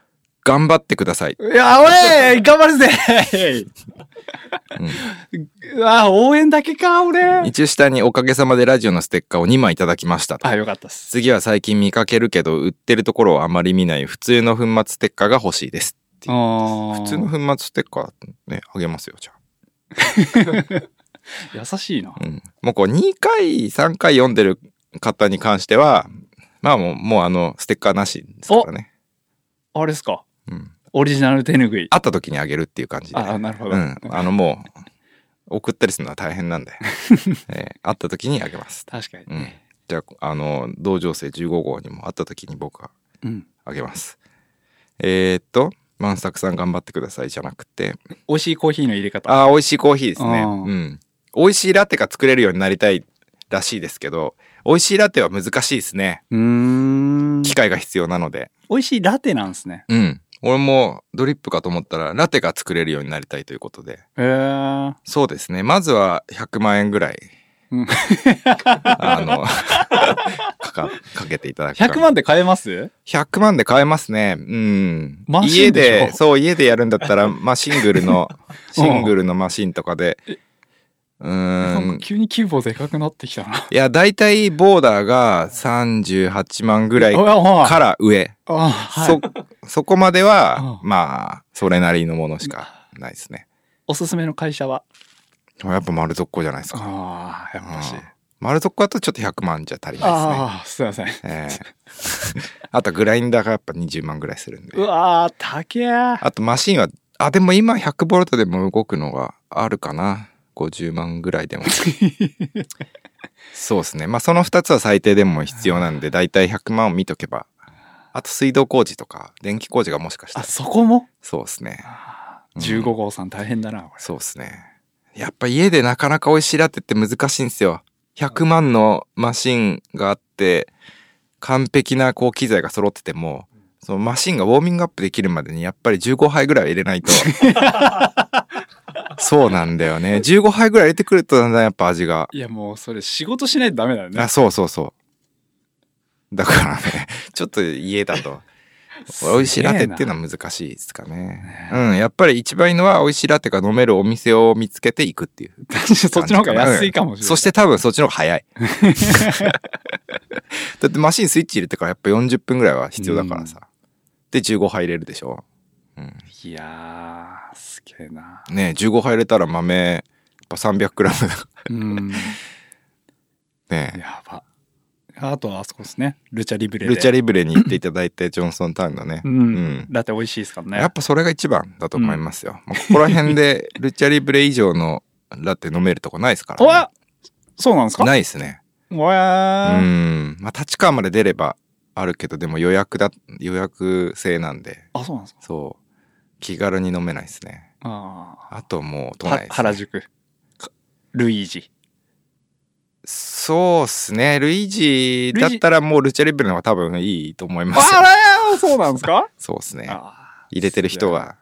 S2: 頑張ってください。
S1: いや、俺、頑張る ぜ、うわ、応援だけか、俺。
S2: 一応下におかげさまでラジオのステッカーを2枚いただきましたと。
S1: あ、よかったっす。
S2: 次は最近見かけるけど、売ってるところをあまり見ない普通の粉末ステッカーが欲しいです。
S1: あー
S2: 普通の粉末ステッカーね、あげますよ、じゃ
S1: 優しいな。
S2: あ。うん。もうこう2回、3回読んでる方に関しては、まあもう、もうあの、ステッカーなしですからね。
S1: あれですか
S2: うん。
S1: オリジナル手ぬぐい。
S2: 会った時にあげるっていう感じで。
S1: あ、なるほど。
S2: うん。あのもう、送ったりするのは大 変なんで、えー会った時にあげます。
S1: 確かに。
S2: うん。じゃあ、あの、同情生15号にも会った時に僕は
S1: うん。
S2: あげます。えーっと、万作さん頑張ってくださいじゃなくて、
S1: 美味しいコーヒーの入れ方。
S2: ああ、美味しいコーヒーですね。
S1: うん
S2: うん。美味しいラテが作れるようになりたいらしいですけど、美味しいラテは難しいですね。
S1: うーん。
S2: 機械が必要なので。
S1: 美味しいラテなんですね。
S2: うん。俺もドリップかと思ったら、ラテが作れるようになりたいということで。
S1: へえ。
S2: そうですね。まずは100万円ぐらい。
S1: うん
S2: あの、 かか、かけていただく か。
S1: 100万で買えます
S2: 100万で買えますね。うん。
S1: マシ
S2: 家
S1: ンでしょ
S2: で、そう、家でやるんだったら、まあ、シングル の、シングルのマシンとかで。うー
S1: なんか。
S2: ん
S1: 急に規模でかくなってきたな。
S2: いや、大体ボーダーが38万ぐらい
S1: おいおい
S2: から上。
S1: あ、はい
S2: そ、そこまでは、
S1: う
S2: まあ、それなりのものしかないですね。
S1: おすすめの会社は
S2: やっぱ丸底じゃないですか。
S1: ああ、やっぱし。
S2: うん丸底だとちょっと100万じゃ足りない
S1: ああ、すいません。
S2: ですね。 ええあと、グラインダーがやっぱ20万ぐらいするんで
S1: う。わー、高え。
S2: あと、マシンはあ、でも今100ボルトでも動くのがあるかな。50万ぐらいでも。そうですね。まあその2つは最低でも必要なんで、だいたい100万を見とけば。あと水道工事とか、電気工事がもしかした
S1: あ、
S2: ら。
S1: そこも
S2: そうですね。うん
S1: ?15 号さん大変だな、これ。
S2: そうですね。やっぱ家でなかなか美味しいラテって難しいんですよ。100万のマシンがあって、完璧なこう機材が揃ってても、そのマシンがウォーミングアップできるまでにやっぱり15杯ぐらいは入れないと。そうなんだよね。15杯ぐらい入れてくるとだんだんやっぱ味が。
S1: いや、もうそれ仕事しないとダメだよね
S2: あ、。そうそうそう。だからね、ちょっと家だと。美味しいラテっていうのは難しいですかね。うん、やっぱり一番いいのは美味しいラテが飲めるお店を見つけていくっていう。
S1: そっちの方が安いかもしれない。
S2: そして多分そっちの方が早い。 だってマシンスイッチ入れてからやっぱ40分ぐらいは必要だからさ。で、15杯入れるでしょ。うん、
S1: いやー、すげえな。
S2: ねえ15杯入れたら豆、やっぱ 300g だ。
S1: うん。
S2: ね
S1: やば。あとはあそこですね。ルチャリブ
S2: え
S1: レで。
S2: ルチャリブレに行っていただいて、ジョンソンタウンのね。
S1: う
S2: うんん。
S1: だって美味しいですからね。
S2: やっぱそれが一番だと思いますよ。もうここら辺でルチャリブレ以上のラテ飲めるとこないですから、
S1: おわそうなんですか
S2: ないですね。
S1: おわ
S2: う
S1: ー
S2: ん。まあ、立川まで出ればあるけど、でも予約だ、予約制なんで。
S1: あ、そうなんですか
S2: そう。気軽に飲めないですね。
S1: あ
S2: あともう
S1: あ。
S2: 都内
S1: は
S2: です、ね。
S1: 原宿。ルイージ。
S2: そうっすね。ルイージだったらもうルチャリブレの方が多分いいと思いますよ。
S1: あらーそうなんです か
S2: そうっすね。
S1: あ
S2: 入れてる人が。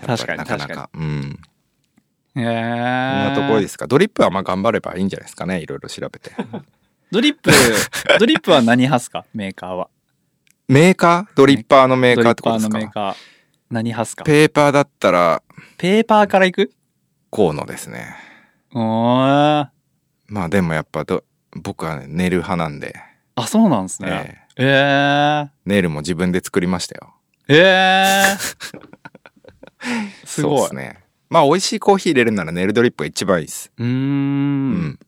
S1: ー確かに、
S2: なか
S1: 確
S2: な
S1: か
S2: か。うん。
S1: に。へ
S2: こん
S1: え。
S2: なところですか。ドリップはまあ頑張ればいいんじゃないですかね。いろいろ調べて。
S1: ドリッ プ、ドリップは何派っすかメーカーは。
S2: メーカードリッパーのメーカーってことです
S1: ドリッパーのメーカ
S2: か
S1: ー。何派っすかペ
S2: ペーパーだったら、
S1: ーパーからいく
S2: 河野ですね。
S1: おー。
S2: まあでもやっぱど、僕はね、ネル派なんで、
S1: あ、そうなんですね。えー。
S2: ネルも自分で作りましたよ。
S1: ええー。す
S2: そう
S1: ご
S2: っ
S1: い。
S2: すね。まあ美味しいコーヒー入れるならネルドリップが一番いいです。
S1: うー
S2: うんん。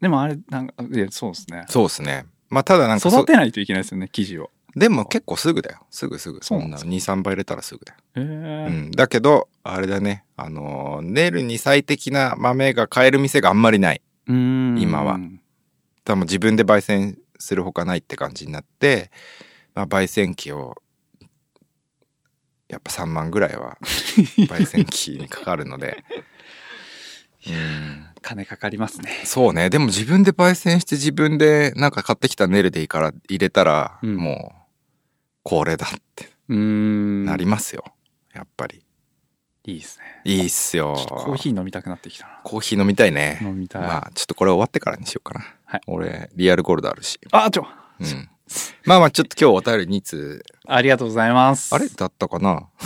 S1: でもあれ、なんか、いや、そうですね。
S2: そうですね。まあただなんかそ
S1: 育てないといけないですよね、生地を。
S2: でも結構すぐだよ。すぐすぐ。
S1: そう
S2: そ
S1: なん
S2: ん
S1: で
S2: な
S1: す
S2: 2、3倍入れたらすぐだよ。
S1: ええ
S2: う
S1: ー。
S2: ん。だけど、あれだね。あのー、ネルに最適な豆が買える店があんまりない。
S1: うーん
S2: 今は多分自分で焙煎するほかないって感じになって、まあ焙煎機を、やっぱ3万ぐら いは焙煎機にかかるので。うん。
S1: 金かかりますね。
S2: そうね。でも自分で焙煎して自分でなんか買ってきたネルでいいから入れたら、
S1: うん
S2: もう、これだって
S1: うーん。
S2: なりますよ。やっぱり。
S1: いいですね。
S2: いいっすよ
S1: ちょっ。とコーヒー飲みたくなってきたな。
S2: コーヒー飲みたいね。
S1: 飲みたい。
S2: まあ、ちょっとこれ終わってからにしようかな。
S1: はい
S2: 俺、リアルゴールドあるし。
S1: あ、ちょ、
S2: うん。まあまあ、ちょっと今日お便り2通、
S1: ありがとうございます。
S2: あれだったかな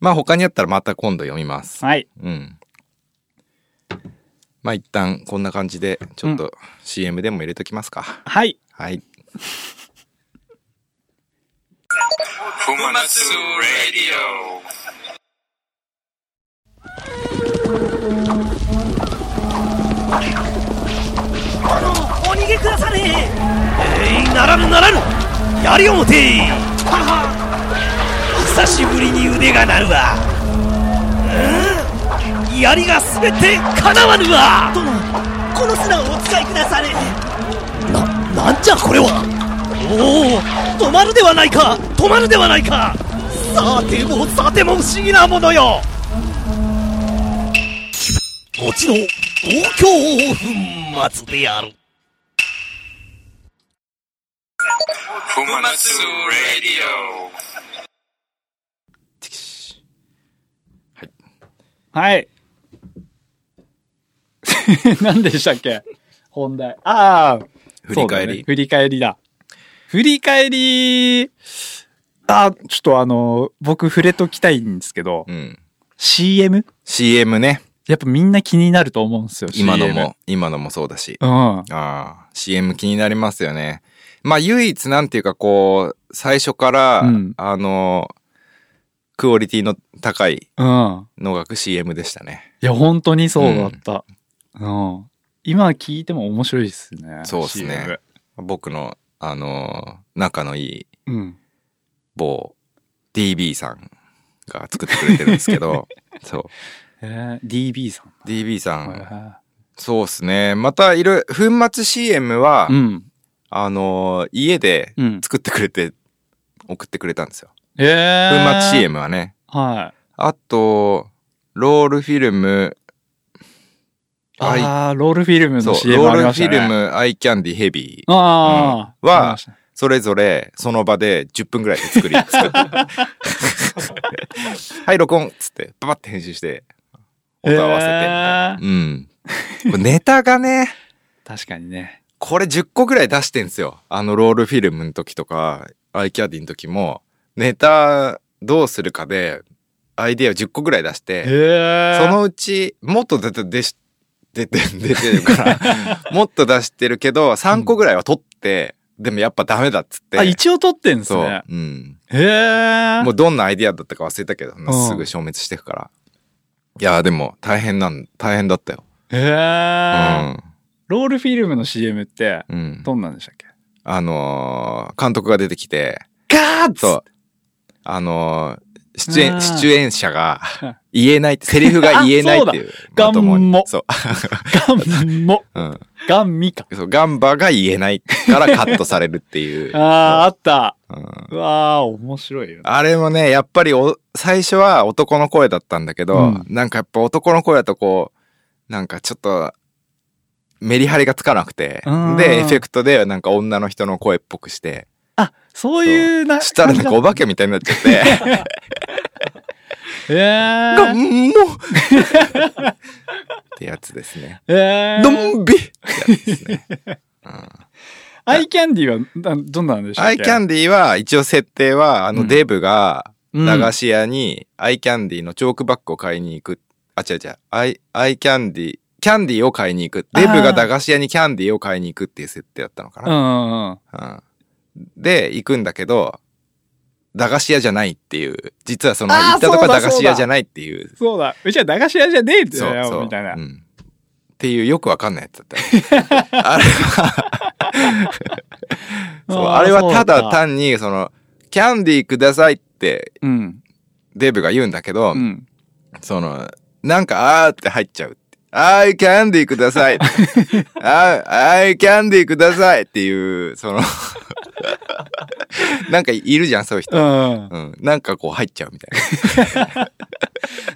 S2: まあ、他にあったらまた今度読みます。
S1: はい。
S2: うん。まあ、一旦こんな感じで、ちょっと CM でも入れときますか。
S1: はい。
S2: はい。
S3: お逃げくだされえいならぬならぬ槍を持てはは久しぶりに腕が鳴るわうん槍が全てかなわぬわ殿この砂をお使いくだされな、なんじゃこれはおお止まるではないか止まるではないかさてもさても不思議なものよ後の東京粉末である
S1: はい。 何でしたっけ本題。ああ。
S2: 振り返り
S1: そうだね振り返りだ。振り返り、あー、ちょっとあの、僕触れときたいんですけど、
S2: うん。
S1: CM?
S2: CM ね。
S1: やっぱみんな気になると思うんですよ、
S2: 今の
S1: CM
S2: も、今のもそうだし。
S1: うん。
S2: ああ、CM 気になりますよね。まあ唯一なんていうかこう、最初から、
S1: うん
S2: あの、クオリティの高い
S1: うん。
S2: のが CM でしたね。
S1: いや、本当にそうだった。うん。今聞いても面白いですね。
S2: そうですね
S1: CM。
S2: 僕の、あの、仲のいい
S1: うん。
S2: 某 DB さんが作ってくれてるんです けど、そ
S1: えー、DB さん。
S2: う。DB さん、
S1: は
S2: そうですね。また、いる、粉末 CM は、
S1: うん。
S2: あのー家で
S1: うん
S2: 作ってくれて、送ってくれたんですよ。
S1: え
S2: 粉
S1: ー。
S2: 末。CM はね。
S1: はい。
S2: あと、ロールフィルム、アイ
S1: ああ、ロールフィルム
S2: そ
S1: の
S2: う、ロ
S1: CM あ
S2: ー
S1: り
S2: ル
S1: ま
S2: フ
S1: した
S2: ィ
S1: ね。
S2: ル。ム、アイキャンディ、ヘビー。
S1: ああ、
S2: うん
S1: あ
S2: は
S1: りました
S2: それぞれ、その場で10分ぐらいで 作り、作って。はい、録音っつって、パパって編集して、音合わせてみたいな。うん。これネタがね、
S1: 確かにね。
S2: これ10個ぐらい出してんすよ。あのロールフィルムの時とか、アイキャディの時も、ネタどうするかで、アイディアを10個ぐらい出して、
S1: え
S2: そのうち、もっと出て、出し出て、出てる から、もっと出してるけど、3個ぐらいは取って、でもやっぱダメだっつって。
S1: あ、一応撮ってんです
S2: そう
S1: ね。。
S2: うん。
S1: へえ。
S2: もうどんなアイディアだったか忘れたけど、
S1: ん
S2: すぐ消滅してくから。いやーでも大変なん、大変だったよ。
S1: へ
S2: う
S1: え。
S2: ん。
S1: ロールフィルムの CM って、
S2: うん。
S1: どんなんでしたっけ
S2: あのー監督が出てきて、
S1: ガーッ
S2: そう。あのー出
S1: あー
S2: 演、出演者が
S1: うん
S2: 言えないって、セリフが言えないっていう。
S1: あそうだ
S2: まともに
S1: ガンモ
S2: そう。
S1: ガンも、
S2: うん。
S1: ガンミか。
S2: そう、ガンバが言えないからカットされるっていう。
S1: ああ、あった。
S2: うん
S1: うわあ、面白いよね。
S2: あれもね、やっぱりお、最初は男の声だったんだけど、
S1: うん
S2: なんかやっぱ男の声だとこう、なんかちょっと、メリハリがつかなくて
S1: うん、
S2: で、エフェクトでなんか女の人の声っぽくして、
S1: あ、そういうな。
S2: したらなんかお
S1: ば。
S2: 化けみたいになっち ゃって、
S1: え
S2: が
S1: え
S2: ん。も ってやつですね。
S1: え
S2: ど
S1: え。
S2: んびってやつですね。
S1: アイキャンディーは、などんなんでしたっけ
S2: アイキャンディは、一応設定は、あのデブが、駄菓子屋にアイキャンディーのチョークバッグを買いに行く。あ、違う違う。アイ、アイキャンディー、キャンディーを買いに行く。
S1: あー
S2: デブが駄菓子屋にキャンディーを買いに行くっていう設定だったのか
S1: うん
S2: な。
S1: うんうん。
S2: うんで、行くんだけど、駄菓子屋じゃないっていう。実はその、
S1: あー
S2: 行ったとこ
S1: そうだ
S2: 駄菓子屋じゃないっていう。
S1: そうだ。うちは駄菓子屋じゃねえって
S2: そう
S1: よ、
S2: そう。
S1: みたいな
S2: う。んっていうよくわかんないやつだったよね。あれはそう、
S1: あー
S2: あれはた
S1: そう
S2: だ
S1: か
S2: 単に、その、キャンディーくださいって
S1: うん。
S2: デブが言うんだけど、
S1: うん。
S2: その、なんか、あーって入っちゃうって。あー、キャンディーくださ い。あー、あー、キャンディーくださいっていう、その、なんかいるじゃん、そういう
S1: う
S2: 人。
S1: ん。
S2: うん。なんかこう入っちゃうみたい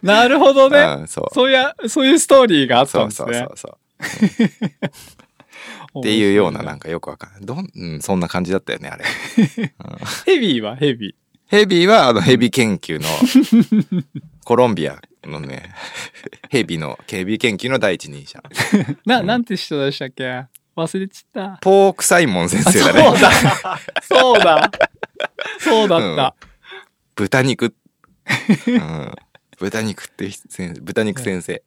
S1: なるほど
S2: な。
S1: ね。
S2: うん、そう。
S1: そうや、そういうストーリーがあった
S2: そ
S1: ん
S2: う
S1: です
S2: そうそ
S1: ね
S2: う。そう。っていうような、なんかよくわかんない。どん、うん、そんな感じだったよね、あれ。
S1: ヘビーはヘビー。
S2: ヘビーは、あの、ヘビ研究の、コロンビアのね、ヘビの、ヘビ研究の第一人者。
S1: な、なんて人でしたっけ忘れちった。
S2: ポークサイモン先生
S1: そう
S2: だね。
S1: だ。そうだ。そうだった。
S2: 豚肉。うん、豚肉って先生、豚肉先生。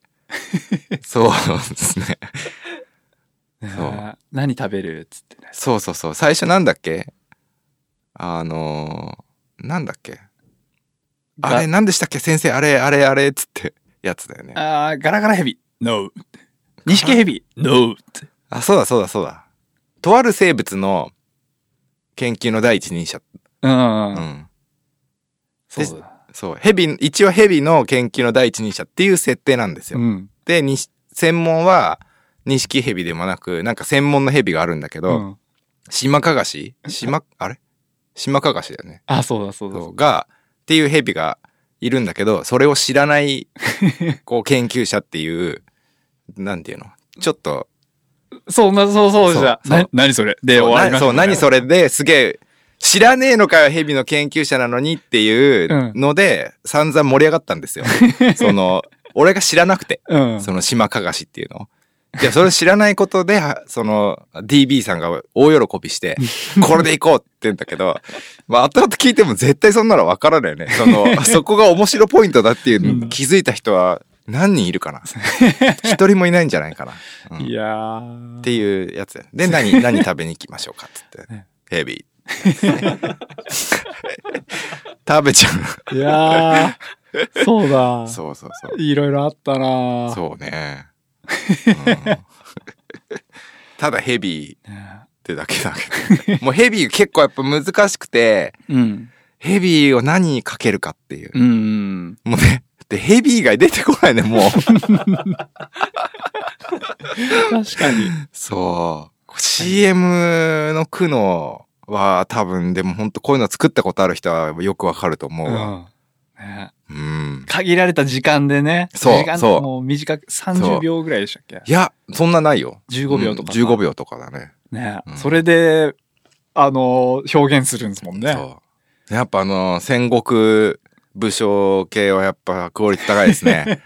S2: そうですね。そう
S1: あー何食べるっつってね。
S2: そうそうそう。最初なんだっけあのー、なんだっけあれ、
S1: が
S2: なんでしたっけ先生、あれ、あれ、あれ、つって、やつだよね。
S1: あーガラガラヘビ。No. 錦ヘビ。No. って
S2: あ、そうだ、そうだ、そうだ。とある生物の研究の第一人者。
S1: うん
S2: う
S1: うん。
S2: ん。
S1: そうだ。
S2: そう。ヘビ、一応ヘビの研究の第一人者っていう設定なんですよ。
S1: うん。
S2: で、にし専門は、ニシキヘビでもなく、なんか専門のヘビがあるんだけ
S1: う
S2: ど、
S1: ん
S2: シマカガシシマ、あれシマカガシだよね。
S1: あ、そうだそうだ。
S2: そうが、っていうヘビがいるんだけど、それを知らない、こう、研究者っていう、なんていうのちょっと、
S1: そうな、そうそうでした。
S2: そうそう
S1: な何それで
S2: そう
S1: 終わりま
S2: な
S1: した
S2: そう、何それですげえ、知らねえのかよ、ヘビの研究者なのにっていうので、散々盛り上がった んですよ。その、俺が知らなくて、
S1: うん。
S2: その島かがしっていうの。いや、それを知らないことで、はその、DB さんが大喜び して、これで行こうって言うんだけど、まあ、後々聞いても絶対そんなのわからないよね。そ の、そこが面白ポイントだっていうのに気づいた人は何人いる かな一人もいないんじゃないかな。うん
S1: いや
S2: っ
S1: ー。
S2: ていうやつ だよで、何、何食べに行きましょうかって言って
S1: ね。
S2: ヘビー。食べちゃ
S1: いや ー。そうだ
S2: う。。そうそうそ
S1: いろいろあったな
S2: う。
S1: ー
S2: そう ね。うんただヘビーっ
S1: ね
S2: てだけだけど。もうヘビー結構やっぱ難しくて、
S1: うん。
S2: ヘビーを何にかけるかっていう。
S1: うん。
S2: もうね、で、ヘビー以外出てこない ね、もう。
S1: 確かに。
S2: そう。CM の苦悩は多分、でも本当こういうの作ったことある人はよくわかると思うわ。
S1: ね
S2: うん。
S1: 限られた時間でね。
S2: そう
S1: 時間
S2: そう
S1: もう短く、
S2: そ
S1: 30
S2: う
S1: 秒ぐらいでしたっけ
S2: いや、そんなないよ。
S1: ?15 秒とか、
S2: うん15。秒とかだね。
S1: ね、
S2: うん
S1: それで、あの、表現するんですもんね。
S2: そう。やっぱあの、戦国武将系はやっぱクオリティ高いで すね。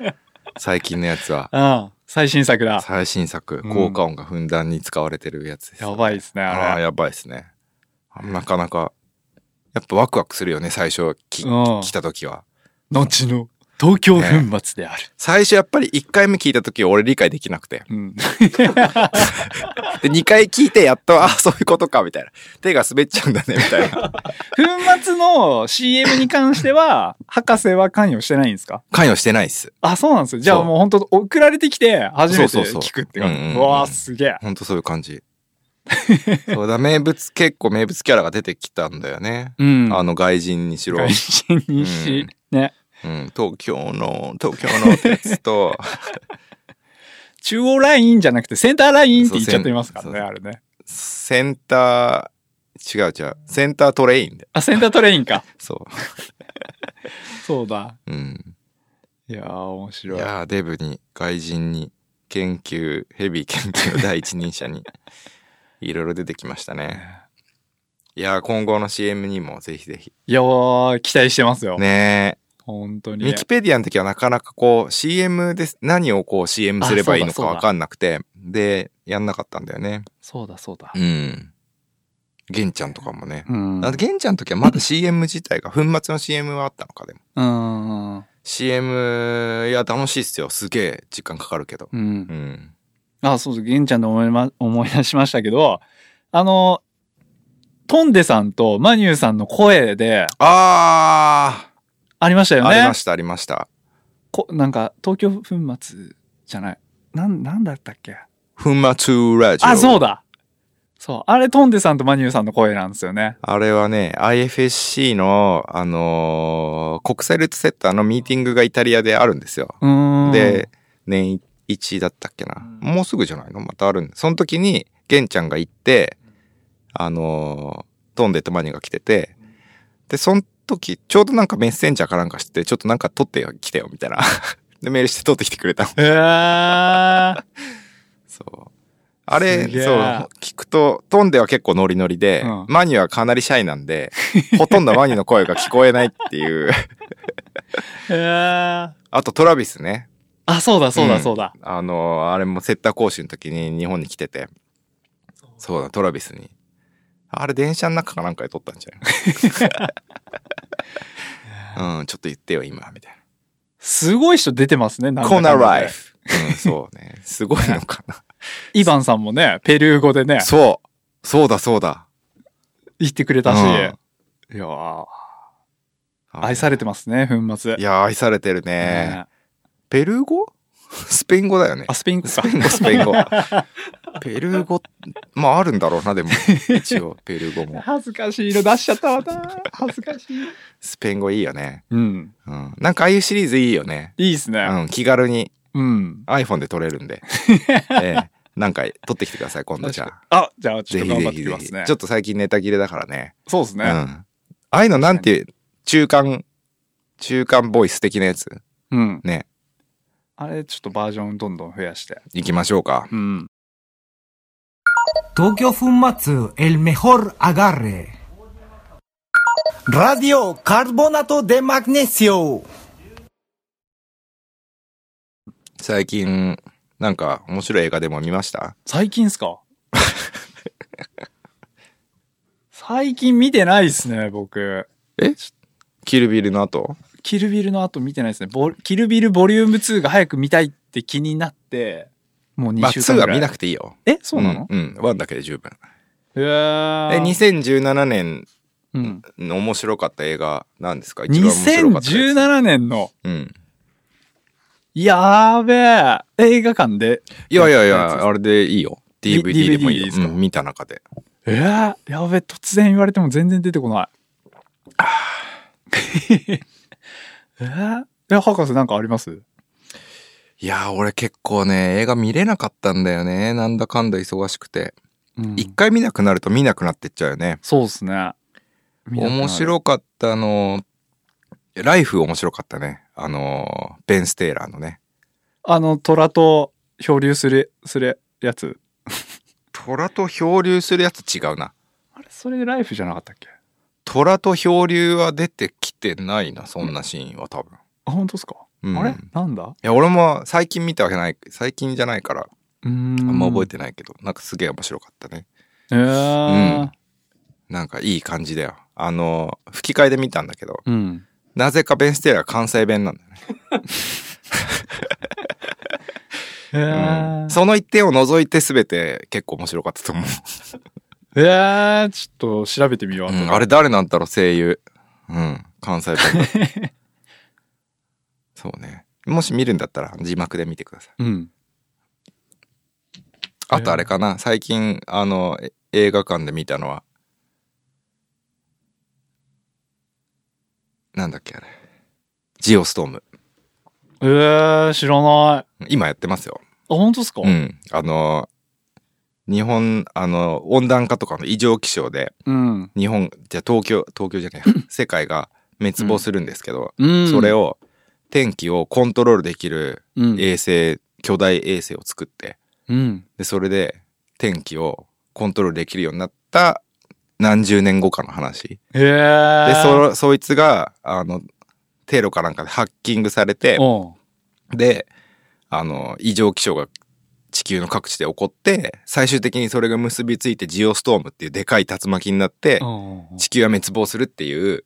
S2: 最近のやつは。
S1: うん。最新作だ。
S2: 最新作、
S1: うん
S2: 効果音がふんだんに使われてるやつです。
S1: やばいですね、
S2: あ
S1: あ
S2: あ、
S1: れ。
S2: やばいですね。なかなか、やっぱワクワクするよね、最初き、
S1: うん
S2: 来た時は。
S1: 後の東京粉末である。
S2: 最初やっぱり1回目聞いた時俺理解できなくて。
S1: うん。
S2: で、2回聞いてやっと、ああ、そういうことか、みたいな。手が滑っちゃうんだね、みた いな。
S1: 粉末の CM に関しては、 博士は関与してないんですか
S2: 関与してないっす。
S1: あ、そうなんですよ。じゃあ
S2: そう
S1: もう本当送られてきて、初めて
S2: そうそうそう
S1: 聞くって感じ。う
S2: う
S1: ん
S2: うんうん
S1: わあすげえ。
S2: ほんとそういう 感じ。そうだ、名物、結構名物キャラが出てきたんだよね。
S1: うん。
S2: あの外人にしろ
S1: 外。人にし、ね。
S2: うん、東京の、東京のってやつと、
S1: 中央ラインじゃなくてセンターラインって言っちゃってますから
S2: そう
S1: ね、あれね。
S2: センター、違う違う、センタートレインで。
S1: あ、センタートレインか。
S2: そ
S1: そうだ。
S2: う。うん。
S1: いやー、面
S2: い
S1: 白い。
S2: やーデブに、外人に、研究、ヘビー研究の第一 人者に、いろいろ出てきましたね。いやー今後の CM にもぜひぜひ。
S1: いやー、期待してますよ。
S2: ねえ。
S1: 本当
S2: ウィ
S1: に。
S2: キペディアの時はなかなかこう CM です。何をこう CM すればいいの
S1: あそ
S2: か
S1: うだそうだ
S2: わかんなくて、で、やんなかったんだよね。
S1: そうだ、そうだ
S2: う。ん。玄ちゃんとかもね。
S1: うん。
S2: なんで玄ちゃんの時はまだ CM 自体が、粉末の CM はあったのか、でも。
S1: うん。うん。
S2: CM、いや、楽しいっすよ。すげえ時間かかるけど。うん。
S1: あ、そうそう、玄ちゃんで思い,、ま、思い出しましたけど、あの、トンデさんとマニューさんの声で、
S2: あ
S1: ありました
S2: ー、
S1: よ
S2: あり
S1: ね
S2: ま。した、ありました。
S1: こなんか、東京粉末じゃない。なん、なんだったっけ
S2: 粉末ラジオ。
S1: あ、そう
S2: う
S1: だそう。あれ、トンデさんとマニューさんの声なんですよね。
S2: あれはね、IFSC の、あのー国際ルートセッターのミーティングがイタリアであるんですよ。
S1: うーん。
S2: で、、年一だったっけな。もうすぐじゃないのまたあるんだ。その時に、玄ちゃんが行って、あのー、トンデとマニが来てて、で、その時、ちょうどなんかメッセンジャーかなんかして、ちょっとなんか撮ってよ来てよ、みたいな。 で、メールして撮ってきてくれたの。
S1: えー。
S2: そう。あれ、
S1: すげえ
S2: そう、聞くと、トンデは結構ノリノリで、
S1: うん
S2: マニはかなりシャイなんで、ほとんどマニの声が聞こえないっていう。
S1: えー。
S2: あと、トラビスね。
S1: あ、そうだ、そう
S2: う
S1: だ、
S2: ん
S1: そうだ。
S2: あの、あれもセッター講習の時に日本に来てて。そうだ、トラビスに。あれ、電車の中かなんかで撮ったんじ ゃないうん、ちょっと言ってよ、今、みたい
S1: すごい人出てますね、な
S2: な。
S1: んだ
S2: コ
S1: か
S2: ー
S1: んだ
S2: ナー
S1: で
S2: ライ。フ。うん、そうね。すごい のかな。
S1: イバンさんもね、ペルー語でね、
S2: そう。そうだ、そうだ。
S1: 言ってくれたし。
S2: うん
S1: いやー愛されてますね、粉末。
S2: いや、愛されてるね。ペルー語 スペイン語だよね
S1: あ、。スペイン語
S2: ス
S1: か
S2: ペ。イン語、スペイン語。ペルー語、まああるんだろう な、でも。一応、ペルー語も。
S1: 恥ずかしいの出しちゃったわな。恥ずかしい。
S2: スペイン語いいよね。
S1: うん。
S2: うん。なんかああいうシリーズいいよね。
S1: いいですね。
S2: うん、気軽に
S1: うん。
S2: iPhone で撮れ るんで。ええ、なんか撮ってきてください、今度じゃあ。
S1: あ、じゃあち
S2: ぜ
S1: ょっ
S2: ひ
S1: と頑張
S2: ぜ
S1: って
S2: ひ
S1: き
S2: ぜ
S1: ま
S2: ひ。
S1: す
S2: ちょ
S1: ね。
S2: っと最近ネタ切れだからね。
S1: そうです
S2: うん。
S1: ね。
S2: ああいうのなんていう、中間、中間ボイス的なやつ、
S1: うん。
S2: ね、
S1: あれ、ちょっとバージョンどんどん増やして。
S2: 行きましょうか。
S1: うん。
S4: Tokio Fumatsu, el mejor agarre.
S3: Radio Carbonato de Magnesio
S2: 最近、なんか面白い映画でも見ました
S1: 最近っすか最近見てないっすね、僕。
S2: えキルビルの後
S1: キルビルの後見てないですね。ボキルビルボリューム2が早く見たいって気になって、もう2
S2: まあ、
S1: 週
S2: 2
S1: 間ぐ
S2: は
S1: らい。
S2: 見なくていいよ。
S1: え、そうなの、
S2: うん、うん、1だけで十分。
S1: へー
S2: え、2017年
S1: うん、
S2: の面白かった映画、なんですか一番面白かったやつ。
S1: 2017年の、
S2: うん。
S1: やーべえ、映画館で。
S2: いやいやい
S1: やったやつで
S2: や、あれでいいよ。
S1: D-
S2: DVD でもいい
S1: DVD
S2: よ。
S1: ですか
S2: うん見た中で。
S1: えー、やべえ、突然言われても全然出てこない。ええ博士なんかあります
S2: いやー、俺結構ね、映画見れなかったんだよね。なんだかんだ忙しくて。
S1: うん
S2: 一回見なくなると見なくなってっちゃうよね。
S1: そうですね。
S2: 面
S1: い。
S2: 白かったの、ライフ面白かったね。あのー、ベン・ステイラーのね。
S1: あの、虎と漂流する、するやつ。
S2: 虎と漂流するやつ違うな。
S1: あれ、それでライフじゃなかったっけ
S2: 虎と漂流は出てきてないな、そんなシーンは多分。
S1: あ、本当ですか、
S2: うん
S1: あれ
S2: い
S1: なんだ
S2: や、俺も最近見たわけない、最近じゃないから、
S1: うーん。
S2: あんま覚え
S1: て
S2: てないけど、なんかすげえ面白かったね。
S1: えー。
S2: なんかいい感じだよ。あのー、吹き替えで見たんだけど、
S1: うん。
S2: なぜかベン・ステイラーは関西弁なんだよね。
S1: えー
S2: うんその一点を除いて全て結構面白かったと思う。
S1: えー、ちょっと調べてみよう。
S2: うんあれ誰なんだろう声優。うん。関西弁だ。 そうね。もし見るんだったら字幕で見てください。
S1: うん。
S2: あとあれかな、最近、あの、え映画館で見たのは、なんだっけあれ。ジオストーム。
S1: えー、知らない。あ、
S2: 今やってますよ。
S1: 本当ですか
S2: うん。あの、日本、あの、温暖化とかの異常気象で、
S1: うん。
S2: 日本、じゃあ東京、東京じゃない、 世界が滅亡するんですけど、
S1: うん。
S2: それを天気をコントロールできる
S1: うん、
S2: 衛星、巨大衛星を作って
S1: うん。
S2: でそれで天気をコントロールできるようになった何十年後かの話
S1: えー。
S2: でそそいつがあのテロかなんかでハッキングされて
S1: お
S2: であの異常気象が地球の各地で起こって最終的にそれが結びついてジオストームっていうでかい竜巻になって
S1: うん。
S2: 地球が滅亡するっていう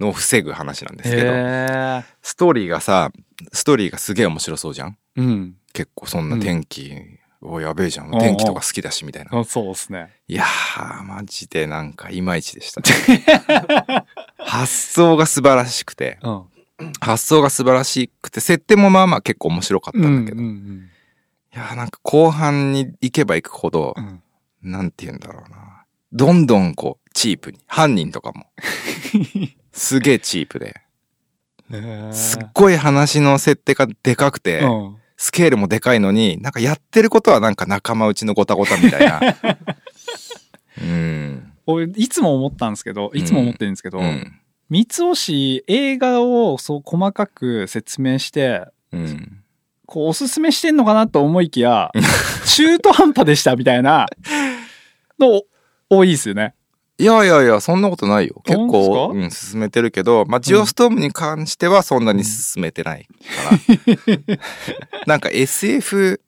S2: のを防ぐ話なんですけど、
S1: えー。
S2: ストーリーがさ、ストーリーがすげえ面白そうじゃん
S1: うん。
S2: 結構そんな天気、おやべえじゃん。
S1: うん
S2: 天気とか好きだしみたいな。
S1: あそうですね。
S2: いやー、マジでなんかいまいちでした、ね。 発想が素晴らしくて、
S1: うん。
S2: 発想が素晴らしくて、設定もまあまあ結構面白かったんだけど、
S1: う
S2: い
S1: ん
S2: やーなんか後半に行けば行くほど
S1: う、ん
S2: なんて言うんだろうな。どんどんこう、チープに。犯人と かも。すげえチープで。
S1: うん。えー
S2: すっごい話の設定がでかくて、
S1: うん
S2: スケールもでかいのに、なんかやってることはなんか仲間内のごたごたみた いな。うん。
S1: 俺、いつも思ったんですけど、いつも思ってるんですけど、
S2: うん。
S1: 三越映画をそう細かく説明して、
S2: うん。
S1: こうおすすめしてんのかなと思いき や、中途半端でしたみたいなの多いですよね。
S2: いやいやいや、そんなことないよ。結構、
S1: 本当
S2: うん、進めてるけど、まあ、ジオストームに関してはそんなに進めてない から。なんか SF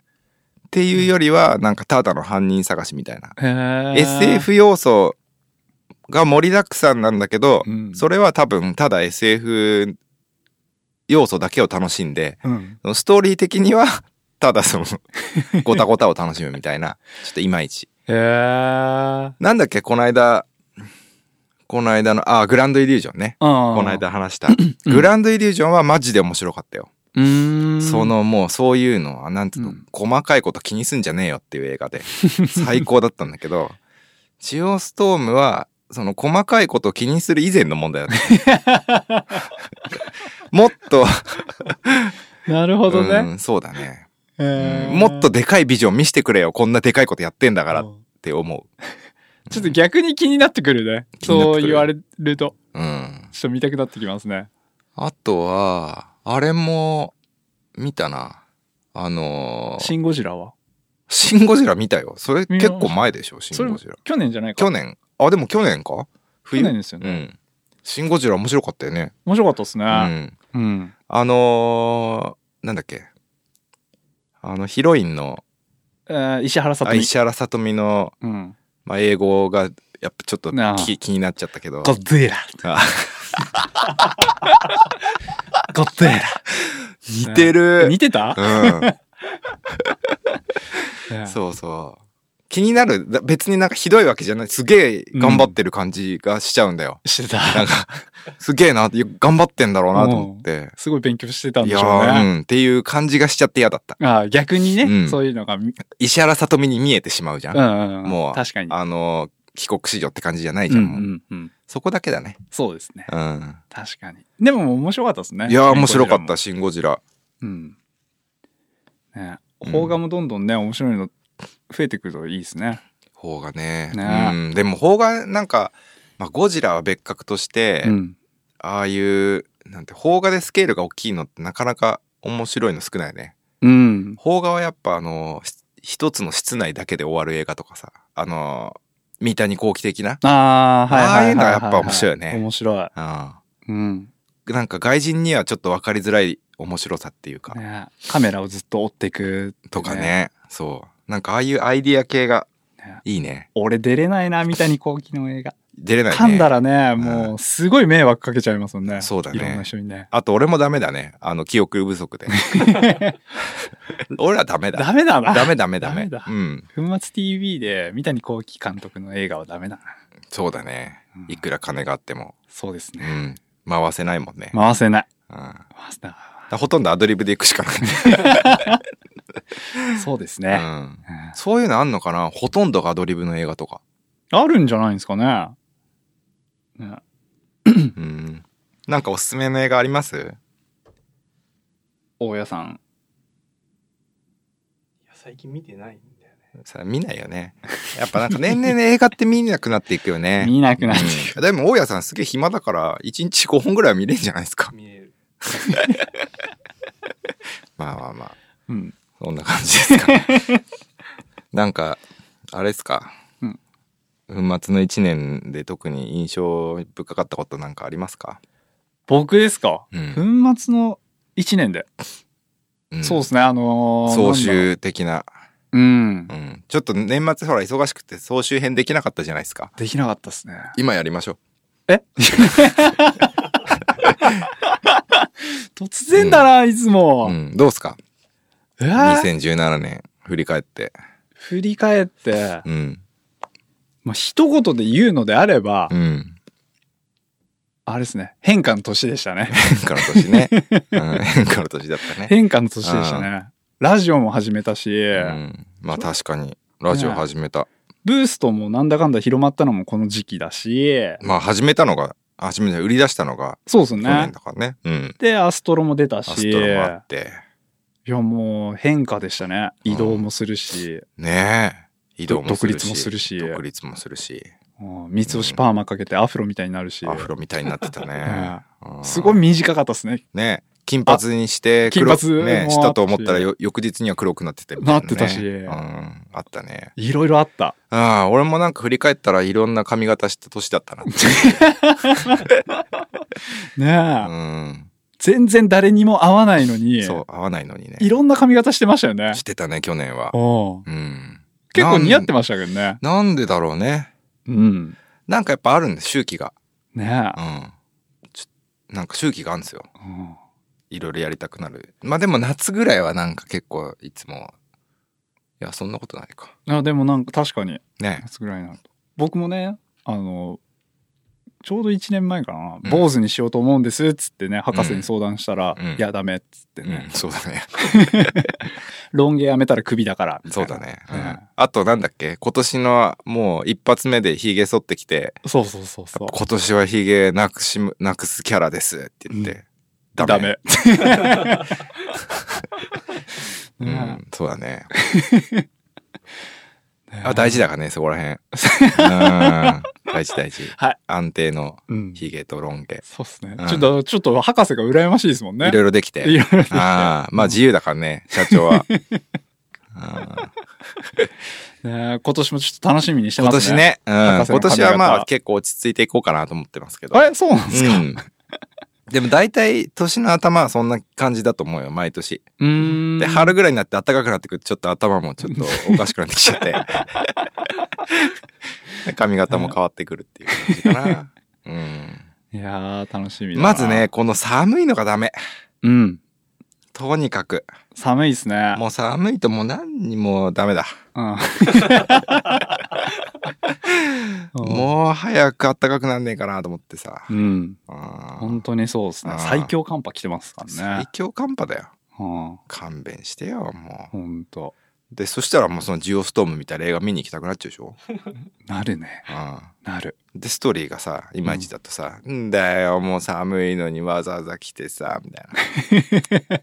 S2: っていうよりは、なんかただの犯人探しみたいな。SF 要素が盛りだくさんなんだけど、
S1: うん
S2: それは多分ただ SF 要素だけを楽しんで、
S1: うん。
S2: ストーリー的には、た だその、ごたごたを楽しむみたいな、ちょっといまいち。
S1: へー。
S2: なんだっけ、この間、この間の、あ、グランドイリュージョンね。
S1: こ
S2: この。間話した。グランドイリュージョンはマジで面白かったよ。
S1: うーん。
S2: そ。のもうそういうのは、なんていう
S1: う
S2: の、
S1: ん
S2: 細かいこと気にすんじゃねえよっていう 映画で、最高だったんだけど、ジオストームは、その細かいことを気にする以前の問題だった。 もっと、
S1: なるほどね。
S2: うん、そうだね。
S1: へー
S2: もっとでかいビジョン見せてくれよ。こんなでかいことやってんだから
S1: う
S2: っ
S1: ん
S2: て思
S1: ちょっと逆に気になってくるね。
S2: 気になっ
S1: そ
S2: てく
S1: う
S2: る
S1: 言われると、
S2: う。うん。
S1: ちょっと見たくなってきますね。
S2: あとは、あれも、見たな。あのー
S1: シン・ゴジラは
S2: シン・ゴジラ見たよ。それ
S1: 見ま
S2: 結構前でしょ、シ
S1: そ
S2: ン・
S1: れ
S2: ゴジラ。
S1: 去年じゃないか。
S2: 去年。あ、でも去年か冬
S1: 去年ですよ
S2: う
S1: ね。
S2: ん。シン・ゴジラ面白かったよね。
S1: 面白かったです
S2: う
S1: ね。
S2: ん。
S1: うん。
S2: あのーなんだっけ。あの、ヒロインの、
S1: えー石原さと
S2: あ
S1: み。
S2: 石原さとみの、
S1: うん。
S2: まあ、英語が、やっぱちょっと
S1: なあ
S2: 気気になっちゃったけど。
S1: ゼラ。
S2: あ
S1: ゴゼラ。
S2: 似てる。
S1: 似てた
S2: うん。
S1: ね
S2: そうそう。気になる。だ別になんかひどいわけじゃない。すげえ頑張ってる感じがしちゃうんだよ。
S1: してた。
S2: なんか、すげえなって、頑張ってんだろうなと思って。
S1: すごい勉強してたん
S2: い
S1: でし
S2: や
S1: ょう
S2: ー
S1: ね。
S2: うん。っていう感じがしちゃって嫌だった。
S1: ああ逆にね、
S2: うん
S1: そういうのが、うん
S2: 石原さとみに見えてしまうじゃん。
S1: うんうん、
S2: もう
S1: 確かに。
S2: あのー帰国子女って感じじゃないじ
S1: う
S2: ゃ
S1: ん
S2: ん。
S1: う
S2: もうん
S1: うん。
S2: そこだけだね。
S1: そうですね。
S2: うん。
S1: 確かに。でも面白かったですね。
S2: いやー、面白かった、
S1: し。
S2: シン・ゴジラ。
S1: うん。ね
S2: うん
S1: 邦画もどんどんね、面白いの増えてくるといいですね。
S2: 邦画ね。
S1: ね
S2: うん。でも邦画、なんか、まあ、ゴジラは別格として、
S1: うん。
S2: ああいう、なんて、邦画でスケールが大きいのってなかなか面白いの少ないね。
S1: うん。
S2: 邦画はやっぱあの、し一つの室内だけで終わる映画とかさ、あの、三谷幸喜的な。
S1: ああ、はいはいはいはい、はい。
S2: ああいうのはやっぱ面白いよね
S1: 面白い。
S2: う
S1: うん。
S2: ん。なんか外人にはちょっと分かりづらい面白さっていうか、
S1: ねカメラをずっと追っていく、
S2: とかね。。そう。なんかああいうアイディア系が
S1: ね
S2: いいね。
S1: 俺出れないな、三谷幸喜の映画。
S2: 出れないね。
S1: 噛んだらね、
S2: ん
S1: もうすごい迷惑かけちゃいますもんね。
S2: そうだね
S1: いろんな人にね。
S2: あと俺もダメだね。あの、記憶不 足で。俺らダメだ。
S1: ダメだな。
S2: ダメダメダ
S1: ダ
S2: メ。
S1: メだ
S2: うん。
S1: 粉末 TV で三谷幸喜監督の映画はダメだな。
S2: そうだね。いくら金があっても。
S1: そうです
S2: う
S1: ね。
S2: ん。回せないもんね。
S1: 回せない。
S2: うん。だか
S1: 回せな
S2: らほとんどアドリブで行くしかないね。
S1: い。そうです
S2: う
S1: ね。
S2: ん。
S1: うん
S2: そういうのあんのかなほとんどがアドリブの映画とか。
S1: あるんじゃないんですかね。ね
S2: うん。なんかおすすめの映画あります
S1: 大家さん。
S5: 最近見てないんだよね
S2: さ見ないよね。やっぱなんか年々映画って見なくなっていくよね。
S1: 見なくなってい
S2: うんでも大家さんすげえ暇だから、1日5本ぐらいは見れんじゃないですか。
S5: 見える
S2: まあまあまあ。
S1: うん。
S2: そんな感じですか、ね。 なんか、あれですか。
S1: うん
S2: 粉末の1年で特に印象深かったことなんかありますか、
S1: 僕ですか、
S2: うん
S1: 粉末の1年で。
S2: うん
S1: そうですね、あのー、な
S2: 総
S1: んだろ
S2: 集的な。
S1: う。うん
S2: う。ん。ちょっと年末ほら忙しくて総集編できなかったじゃないですか。
S1: できなかったですね。
S2: 今やりましょう。
S1: え突然だな、いつも
S2: う。ん。どうすか
S1: えー
S2: ?2017 年振り返って。
S1: 振り返って、
S2: うん。
S1: まあ、一言で言うのであれば、
S2: うん。
S1: あれですね、変化の年でしたね。
S2: 変化の 年ね。うん、変化の年だったね。
S1: 変化の年でしたね。ラジオも始めたし、
S2: うん。まあ確かに、ラジオ始めた。
S1: ブーストもなんだかんだ広まったのもこの時期だし、
S2: まあ始めたのが、始めた、売り出したのが
S1: そうですよ
S2: 去年
S1: ね。
S2: だからね。うん。
S1: で、アストロも出た
S2: ア
S1: し、
S2: ス
S1: い
S2: トロもあって。
S1: やもう変化でしたね。移動もするし、
S2: ねえ。移動もするし。
S1: 独立もするし
S2: 独立もするし。
S1: うん三つ星パーマかけてアフロみたいになるし、
S2: アフロみたいになってたね
S1: ね。
S2: うん
S1: すごい。短かったですね。
S2: ねえ金髪にして、
S1: あ金髪
S2: 黒く
S1: もあ
S2: ね
S1: ったし
S2: したと思ったらよ翌日には黒くなっててみいね
S1: なってたし
S2: うん。あったね。
S1: いろいろあった。
S2: ああ、俺もなんか振り返ったらいろんな髪型した年だったなって。
S1: ねえ、
S2: うん。
S1: 全然誰にも合わないのに、
S2: そう、合わないのにね。
S1: いろんな髪型してましたよね。
S2: してたね、去年は。
S1: うん
S2: うん。
S1: 結構似合って
S2: ま
S1: ましたけどね。
S2: なんなんでだろうね。
S1: うん。
S2: なんかやっぱあるんです、周期が。
S1: ね
S2: う
S1: え。
S2: ん。ちょなんか周期があるんですよ。
S1: うん
S2: いろいろやりたくなる。まあでも夏ぐらいはなんか結構いつも、いや、そんなことないか。
S1: あでもなんか確かに
S2: ね
S1: 夏ぐらいになると僕もねあのちょうど1年前かな、
S2: うん
S1: 坊主にしようと思うんですっつってね博士に相談したら「
S2: うん
S1: いやダメ」っつって
S2: う
S1: ね
S2: ん、そうだね。
S1: 「ロン毛やめたらクビだから」みた
S2: そ
S1: いうな
S2: だね。う
S1: ね
S2: ん。あとなんだっけ今年のもう一発目でヒゲ剃ってきて、
S1: そうそうそうそう
S2: 今年はヒゲなくしむ、なくすキャラですって言って。
S1: うん
S2: ダメ
S1: ダメ
S2: う
S1: ね
S2: ん、そう だね。
S1: ね
S2: あ、大事だからね、そこら辺。うん。大事大事。
S1: はい
S2: 安定の
S1: うん
S2: ヒゲとロン毛。
S1: そうっすね、
S2: うん
S1: ちょっとちょっと博士が羨ましいですもんね
S2: いろいろできて。
S1: いろいろ
S2: ああ、まあ自由だからね、社長 は。あー
S1: ね今年もちょっと楽しみにして
S2: 今
S1: ますね
S2: 年ね、うん、
S1: 博
S2: 今
S1: 士の髪型
S2: 年はまあ結構落ち着いていこうかなと思ってますけど。
S1: あれそうなんですか
S2: うん。でも大体年の頭はそんな感じだと思うよ、毎年。
S1: うーん
S2: で、春ぐらいになって暖かくなってくるとちょっと頭もちょっとおかしくなってきちゃって。で髪型も変わってくるっていう感じかな。う
S1: いやー楽しみだ
S2: ん。
S1: な
S2: まずね、この寒いのがダメ。
S1: うん
S2: とにかく。
S1: 寒いですね
S2: もう寒いともう何にもダメだ。
S1: うん、
S2: もう早く暖かくなんねえかなと思ってさ。
S1: うん。
S2: あー
S1: 本当にそうですね
S2: あ。ー
S1: 最強寒波来てますから
S2: 最
S1: ね。
S2: 強寒波だよ。
S1: うん。
S2: 勘弁してよ、も
S1: ほんと。
S2: で、そしたらもうそのジオストームみたいな映画見に行きたくなっちゃうでしょ
S1: なるね。
S2: うん。
S1: なる。
S2: で、ストーリーがさ、いまいちだとさ、んだよ、もう寒いのにわざわざ来てさ、みたいな。だ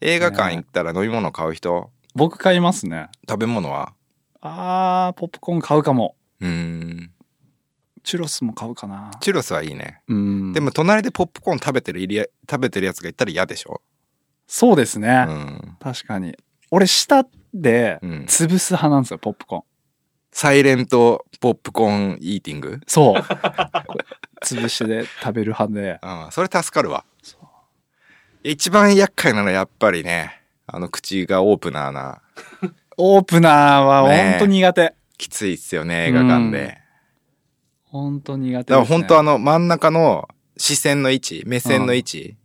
S2: 映画館行ったら飲み物買う人、
S1: 僕買いますね。
S2: 食べ物は
S1: あー、ポップコーン買うかも。
S2: うーん。
S1: チュロスも買うかな。
S2: チュロスはいいね。
S1: うん。
S2: でも、隣でポップコーン食べてるいりや、食べてるやつがいたら嫌でしょ
S1: そうです
S2: う
S1: ね。
S2: ん。
S1: 確かに。俺、舌で
S2: うん。
S1: 潰す派なんですよ、ポップコーン。
S2: サイレントポップコーンイーティング
S1: そう。 潰しで食べる派で。
S2: うん。それ助かるわ。一番厄介なのはやっぱりね、あの口がオープナーな、
S1: オープナーは本当苦手。
S2: きついっすよね、映画館で。
S1: うん本当苦手
S2: だから
S1: です、ね。
S2: 本当あの真ん中の視線の位置、目線の位置、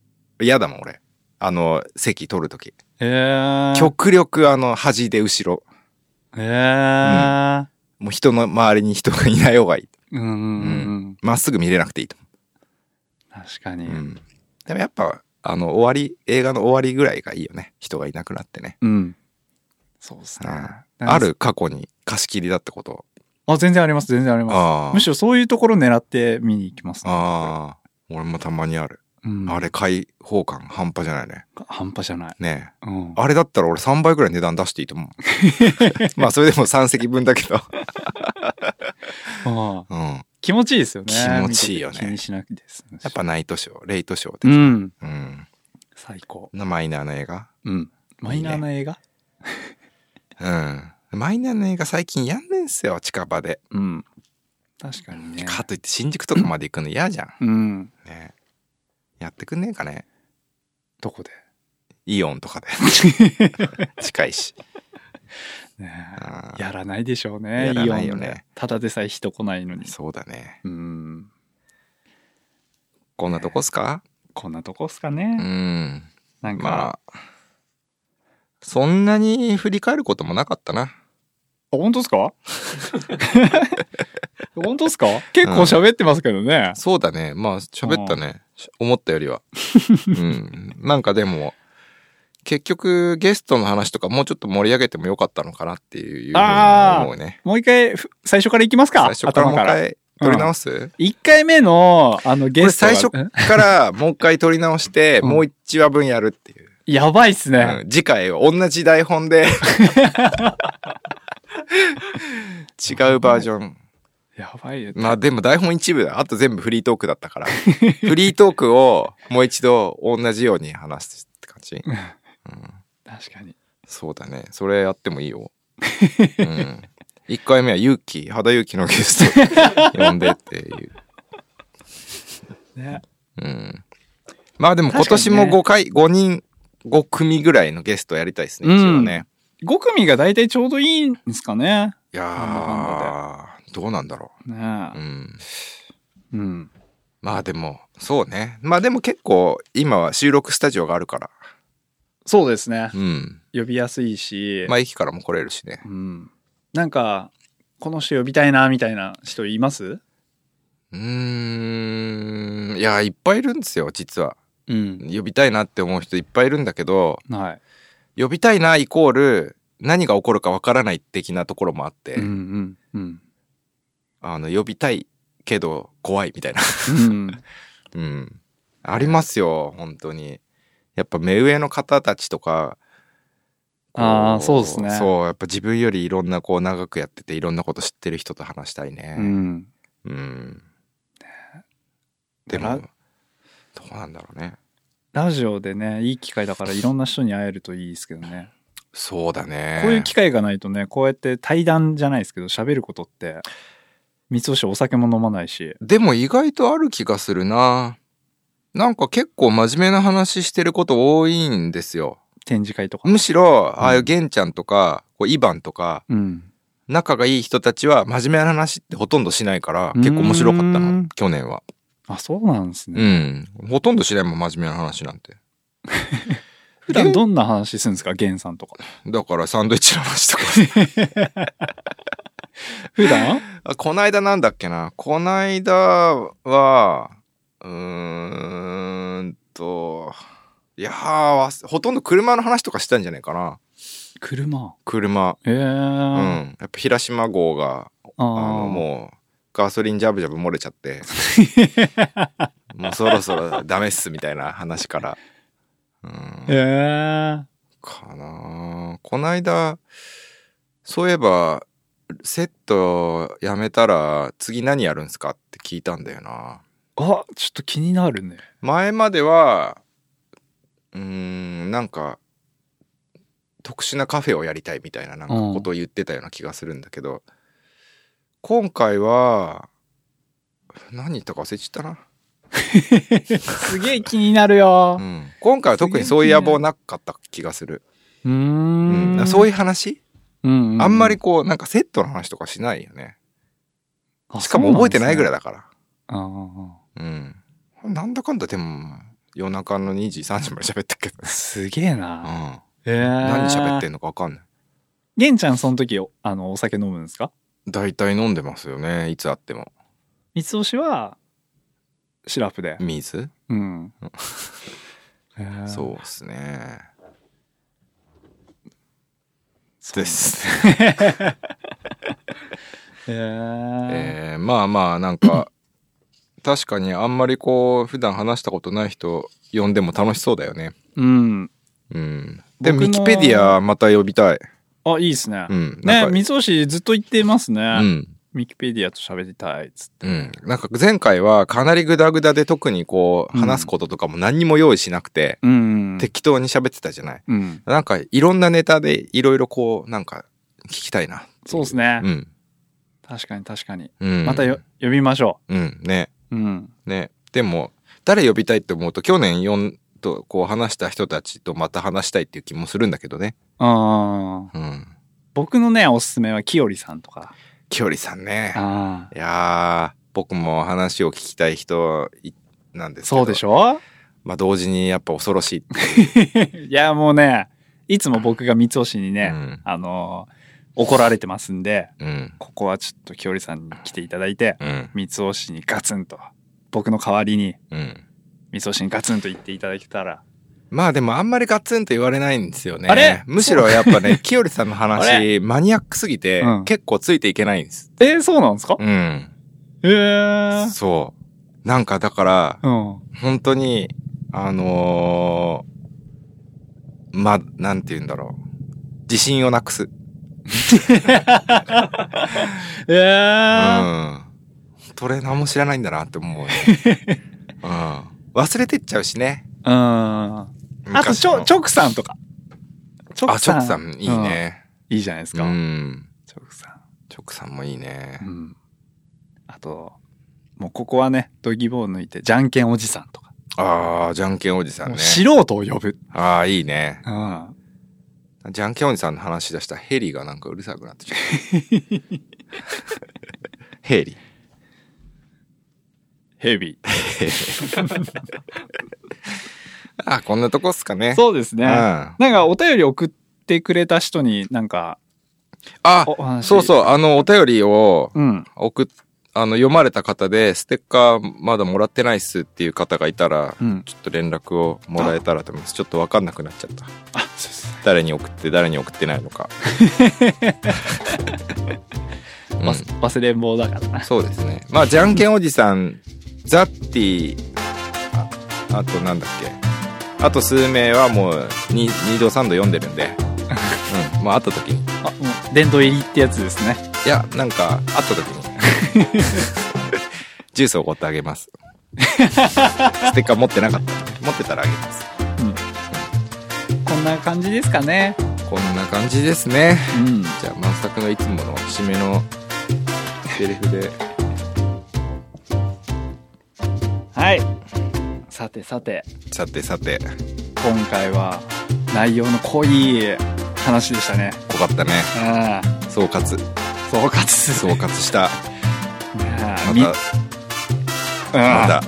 S2: 嫌だもん俺。あの、席取るとき。
S1: えー。
S2: 極力あの、端で後ろ。
S1: えー。
S2: もう人の周りに人がいない方がいい。
S1: うん。うんうん、
S2: まっすぐ見れなくていいと
S1: 確かに。
S2: 思う。うん。でもやっぱ、あの、終わり、映画の終わりぐらいがいいよね。人がいなくなってね。
S1: うん。そうです
S2: うん
S1: ね。
S2: ある過去に貸し切りだったこと。
S1: あ、全然あります、全然ありま
S2: あ
S1: す。
S2: あ
S1: む。しろそういうところ狙って見に行きます、ね。
S2: ああ。俺もたまにある。
S1: うん、
S2: あれ開放感半端じゃないね。
S1: 半端じゃない。
S2: ねえ。
S1: うん。
S2: あれだったら俺3倍くらい値段出していいと 思う。まあそれでも3席分だけど。
S1: うん
S2: うん。や
S1: 気持ちいいですよね。
S2: 気持ちいいよね
S1: 見てて気にしなくて済むし
S2: っぱナイトショー、レイトショー
S1: う
S2: で。
S1: ん。
S2: うん。
S1: 最高。
S2: なマイナーな映画
S1: うん。マイナーな映画
S2: うん。マイナーな映画最近やんねんすよ、近場で。
S1: うん。確かにね。
S2: かといって新宿とかまで行くの嫌じゃん。
S1: うん。
S2: ねやってくんねえかね。
S1: どこで
S2: イオンとか で。近いし。
S1: ね
S2: あー
S1: やらないでしょうね。
S2: やらない
S1: イオ
S2: よ
S1: ン
S2: ね
S1: でただでさえ人来ないのに。
S2: そうだね。
S1: うん。
S2: こんなとこっすか
S1: こんなとこっすか
S2: う
S1: ね。
S2: ん。
S1: なんか、
S2: まあ。そんなに振り返ることもなかったな。
S1: 本当っす か本当っすか結構喋ってますけどね。
S2: そうだね。まあ、喋ったね。思ったよ りは。うん。なんかでも、結局、ゲストの話とかもうちょっと盛り上げてもよかったのかなっていうふうに思うね。
S1: もう一回、ふ最初からいきますか
S2: 最初からもう
S1: 頭
S2: 一
S1: から。
S2: 回取り直す
S1: 一回目の、あの、
S2: こ
S1: ゲ
S2: れ
S1: ストが。
S2: 最初からもう一回取り直して、
S1: うん
S2: もう一話分やるっていう。
S1: やばいっすね。
S2: うん次回は同じ台 本で。違うバージョン。
S1: やばいよ。
S2: まあでも台本一部だ。あと全部フリートークだった から。フリートークをもう一度同じように話すって感じ。
S1: 確かに。
S2: そうだね。それやってもいいよ。うん。1回目は勇気、肌勇気のゲス ト呼んでっていう。
S1: ね。
S2: うん。まあでも今年
S1: 確か
S2: も
S1: にね
S2: 5回、5人、5組ぐらいのゲストやりたいですね、
S1: うん
S2: 一応ね。
S1: 5組が大体ちょうどいいんですかね。
S2: いやー、どうなんだろ
S1: ね
S2: う。うん。
S1: うん。
S2: まあでも、そうね。まあでも結構、今は収録スタジオがあるから。
S1: そうですね。
S2: うん。
S1: 呼びやすいし、
S2: まあ駅からも来れるしね。
S1: うん、なんかこの人呼びたいなみたいな人います
S2: うーん。いや、いっぱいいるんですよ、実は。
S1: うん
S2: 呼びたいなって思う人いっぱいいるんだけど、
S1: はい、
S2: 呼びたいなイコール何が起こるかわからない的なところもあって、
S1: うんうんうん
S2: あの呼びたいけど怖いみたいな、
S1: うん
S2: うん、ありますよ本当にやっぱ目上の方たちとかこ
S1: あーそうですね
S2: そうやっぱ自分よりいろんなこう長くやってていろんなこと知ってる人と話したいね
S1: う、ん
S2: うんで
S1: だ
S2: も
S1: ら
S2: どうなんだろうね
S1: ラジオでねいい機会だからいろんな人に会えるといいですけどね、
S2: そうだね
S1: こういう機会がないとねこうやって対談じゃないですけど喋ることって三吉お酒も飲まないし
S2: でも意外とある気がするな。なんか結構真面目な話してること多いんですよ。
S1: 展示会とか
S2: むしろ、ああいうゲンちゃんとか、こうイバンとか、
S1: うん
S2: 仲がいい人たちは真面目な話ってほとんどしないから、結構面白かった
S1: う
S2: の
S1: ん、
S2: 去年は。
S1: あそうなんです
S2: う
S1: ね、
S2: ん。ほとんどしないもん、真面目な話なんて。
S1: 普段どんな話するんですかゲンさんとか
S2: だからサンドイッチの話とか。
S1: 普段
S2: あこないだなんだっけな。こないだは、うーんと、いやー、わすほとんど車の話とかしたんじゃないかな。
S1: 車。
S2: 車。
S1: ええ
S2: うん。
S1: ー。
S2: やっぱ平島号が、
S1: あ
S2: あの、
S1: う。
S2: もう、ガソリンジャブジャブ漏れちゃ って、もうそろそろダメっすみたいな話から。うん。
S1: ええー。
S2: かなこないだ、そういえば、セットやめたら次何やるんすかって聞いたんだよな。
S1: あ、ちょっと気になるね。
S2: 前までは、うーん、なんか、特殊なカフェをやりたいみたいななんか
S1: うん
S2: ことを言ってたような気がするんだけど、今回は、何言ったか忘れちゃったな。
S1: すげえ気になるよ
S2: う。ん、今回は特にそういう野望なかった気がする。
S1: うー。、
S2: うんん、そういうう話、
S1: うん、
S2: あんまり、こう、なんかセットの話とかしないよね。
S1: あ
S2: しかも覚えてないぐらい。だから。
S1: そうなん
S2: うん。なんだかんだでも、夜中の2時、3時まで喋ったけど。
S1: ですねあーすげえ
S2: う
S1: な。
S2: ん。
S1: ええー。
S2: 何喋ってんのかわかんない。
S1: 玄ちゃんその時、あの、お酒飲むんですか
S2: 大体飲んでますよね。いつあっても。
S1: 三つ星は、シラフで。
S2: 水
S1: うん。えー
S2: そうっすね。
S1: そう
S2: で。す。
S1: えー、
S2: えー、まあまあ、なんか、確かにあんまりこう、普段話したことない人呼んでも楽しそうだよね。
S1: うん。
S2: うん。でも、
S1: 僕
S2: ミ
S1: の
S2: キペディアまた呼びたい。
S1: あ、いいですね。
S2: う
S1: ね
S2: ん。なん、か
S1: 三つ星ずっと言ってますね。
S2: うん。
S1: ミキペディアと喋りたいっつって。
S2: うん。なんか前回はかなりグダグダで特にこう、話すこととかも何にも用意しなくて、
S1: うん。
S2: 適当に喋ってたじゃない。
S1: うん。
S2: なんかいろんなネタでいろいろこう、なんか聞きたいな。
S1: そうですね、
S2: うん。
S1: 確かに確かに。
S2: うん。
S1: またよ、呼びましょ
S2: うん。ね。
S1: う。うん。
S2: ね。でも、誰呼びたいって思うと、去年4とこう話した人たちとまた話したいっていう気もするんだけどね。
S1: あー
S2: うん。
S1: 僕のね、おすすめは、きよりさんとか。
S2: きよりさんね。
S1: あ
S2: いやー、僕も話を聞きたい人いなんですけど。
S1: そうでしょ
S2: まあ同時にやっぱ恐ろしい。
S1: いや、もうね、いつも僕が三つ星にね、
S2: うん
S1: あのー怒られてますんで、
S2: うん。
S1: ここはちょっときよりさんに来ていただいて、
S2: うん。
S1: 三つ星にガツンと、僕の代わりに、
S2: うん。
S1: 三つ星にガツンと言っていただけたら、
S2: まあでもあんまりガツンと言われないんですよね。
S1: あれ
S2: むしろやっぱね、きよりさんの
S1: あ
S2: 話、マニアックすぎて、
S1: うん
S2: 結構ついていけないんです。
S1: えー、そうなんですか
S2: うん。
S1: えー、
S2: そう。なんかだから、
S1: うん。
S2: 本当に、あのーま、なんて言うんだろう。自信をなくす。
S1: え
S2: う
S1: ー、
S2: ん。トレーナーも知らないんだなって思うよね、 うん。忘れてっちゃうしね。
S1: うん。あと、ちょ、
S2: ょ、
S1: 直さんとか。
S2: あ、
S1: 直
S2: チョクさんいい。ね。
S1: うんいいじゃないです
S2: う
S1: か。
S2: ん。
S1: 直さ
S2: チョクさんもいいね
S1: ん。う。ん。あと、もうここはね、ドギボを抜いて、じゃんけんおじさんとか。
S2: ああ、じゃんけんおじさん
S1: も
S2: ね
S1: う。素人を呼ぶ。
S2: ああ、いいね。
S1: うん。
S2: じゃんけんおじさんの話し出したらヘリがなんかうるさくなってきた。 ヘリ。
S1: ヘビー。
S2: ああ、こんなとこっすかね。
S1: そうですね。
S2: うん
S1: なんか、お便り送ってくれた人になんか、
S2: あ
S1: お話
S2: そうそう、あの、お便りを
S1: うん。
S2: 送っ、あの、読まれた方で、ステッカーまだもらってないっすっていう方がいたら、
S1: うん
S2: ちょっと連絡をもらえたらと思います。ちょっとわかんなくなっちゃった。
S1: あ、そうですね。
S2: 誰に送って、誰に送ってない のか。うん
S1: 忘忘れん坊だからな。
S2: そうですね。まあ、じゃんけんおじさん、ザッティ、ああとなんだっけ。あと数名はもう2、2度3度読んでるんで。うん。まあ、会った時に。
S1: あ、もう、殿堂入りってやつですね。
S2: いや、なんか、会った時に。 ジュースをおごってあげます。ステッカー持ってなかったんで。持ってたらあげます。
S1: こんな感じですかね。
S2: こんな感じですね。
S1: うん。
S2: じゃあ、満作のいつもの締めのセリフで。
S1: はい。さてさて。
S2: さてさて、
S1: 今回は内容の濃い話でしたね。
S2: 濃かったね。
S1: ああ、
S2: 総括。
S1: 総括す
S2: 総
S1: る。
S2: 括した。
S1: ああ
S2: ま
S1: み
S2: た。ま
S1: あ
S2: た。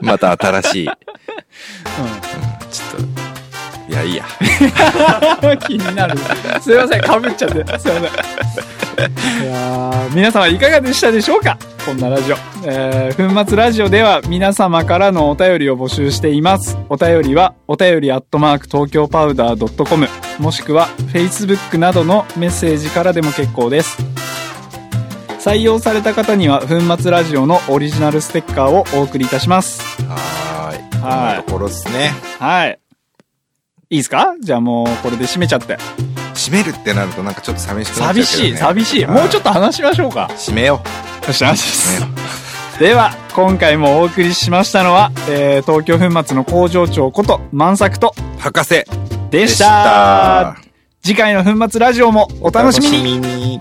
S2: また新しい。
S1: あ
S2: ちょっと。いや、いいや。
S1: うん気になる。すいません、かぶっちゃって。すいません。いやあ皆様いかがでしたでしょうかこんなラジオ。えー、粉末ラジオでは皆様からのお便りを募集しています。お便りは、お便りアットマーク東京パウダー .com、もしくは Facebook などのメッセージからでも結構です。採用された方には、粉末ラジオのオリジナルステッカーをお送りいたします。
S2: はーい。こん
S1: はい
S2: なところですね。
S1: はい。いいですかじゃあもうこれで締めちゃって。
S2: 閉めるってなるとなんかちょっと寂しくなっちゃうけど、ね。
S1: 寂しい、寂しい。
S2: はい
S1: もうちょっと話しましょうか。
S2: 閉めよ
S1: よし、安心です。 では、今回もお送りしましたのは、えー、東京粉末の工場長こと、万作と
S2: う。博士
S1: で
S2: で
S1: した。次回の粉末ラジオもお楽しみに
S2: お楽しみに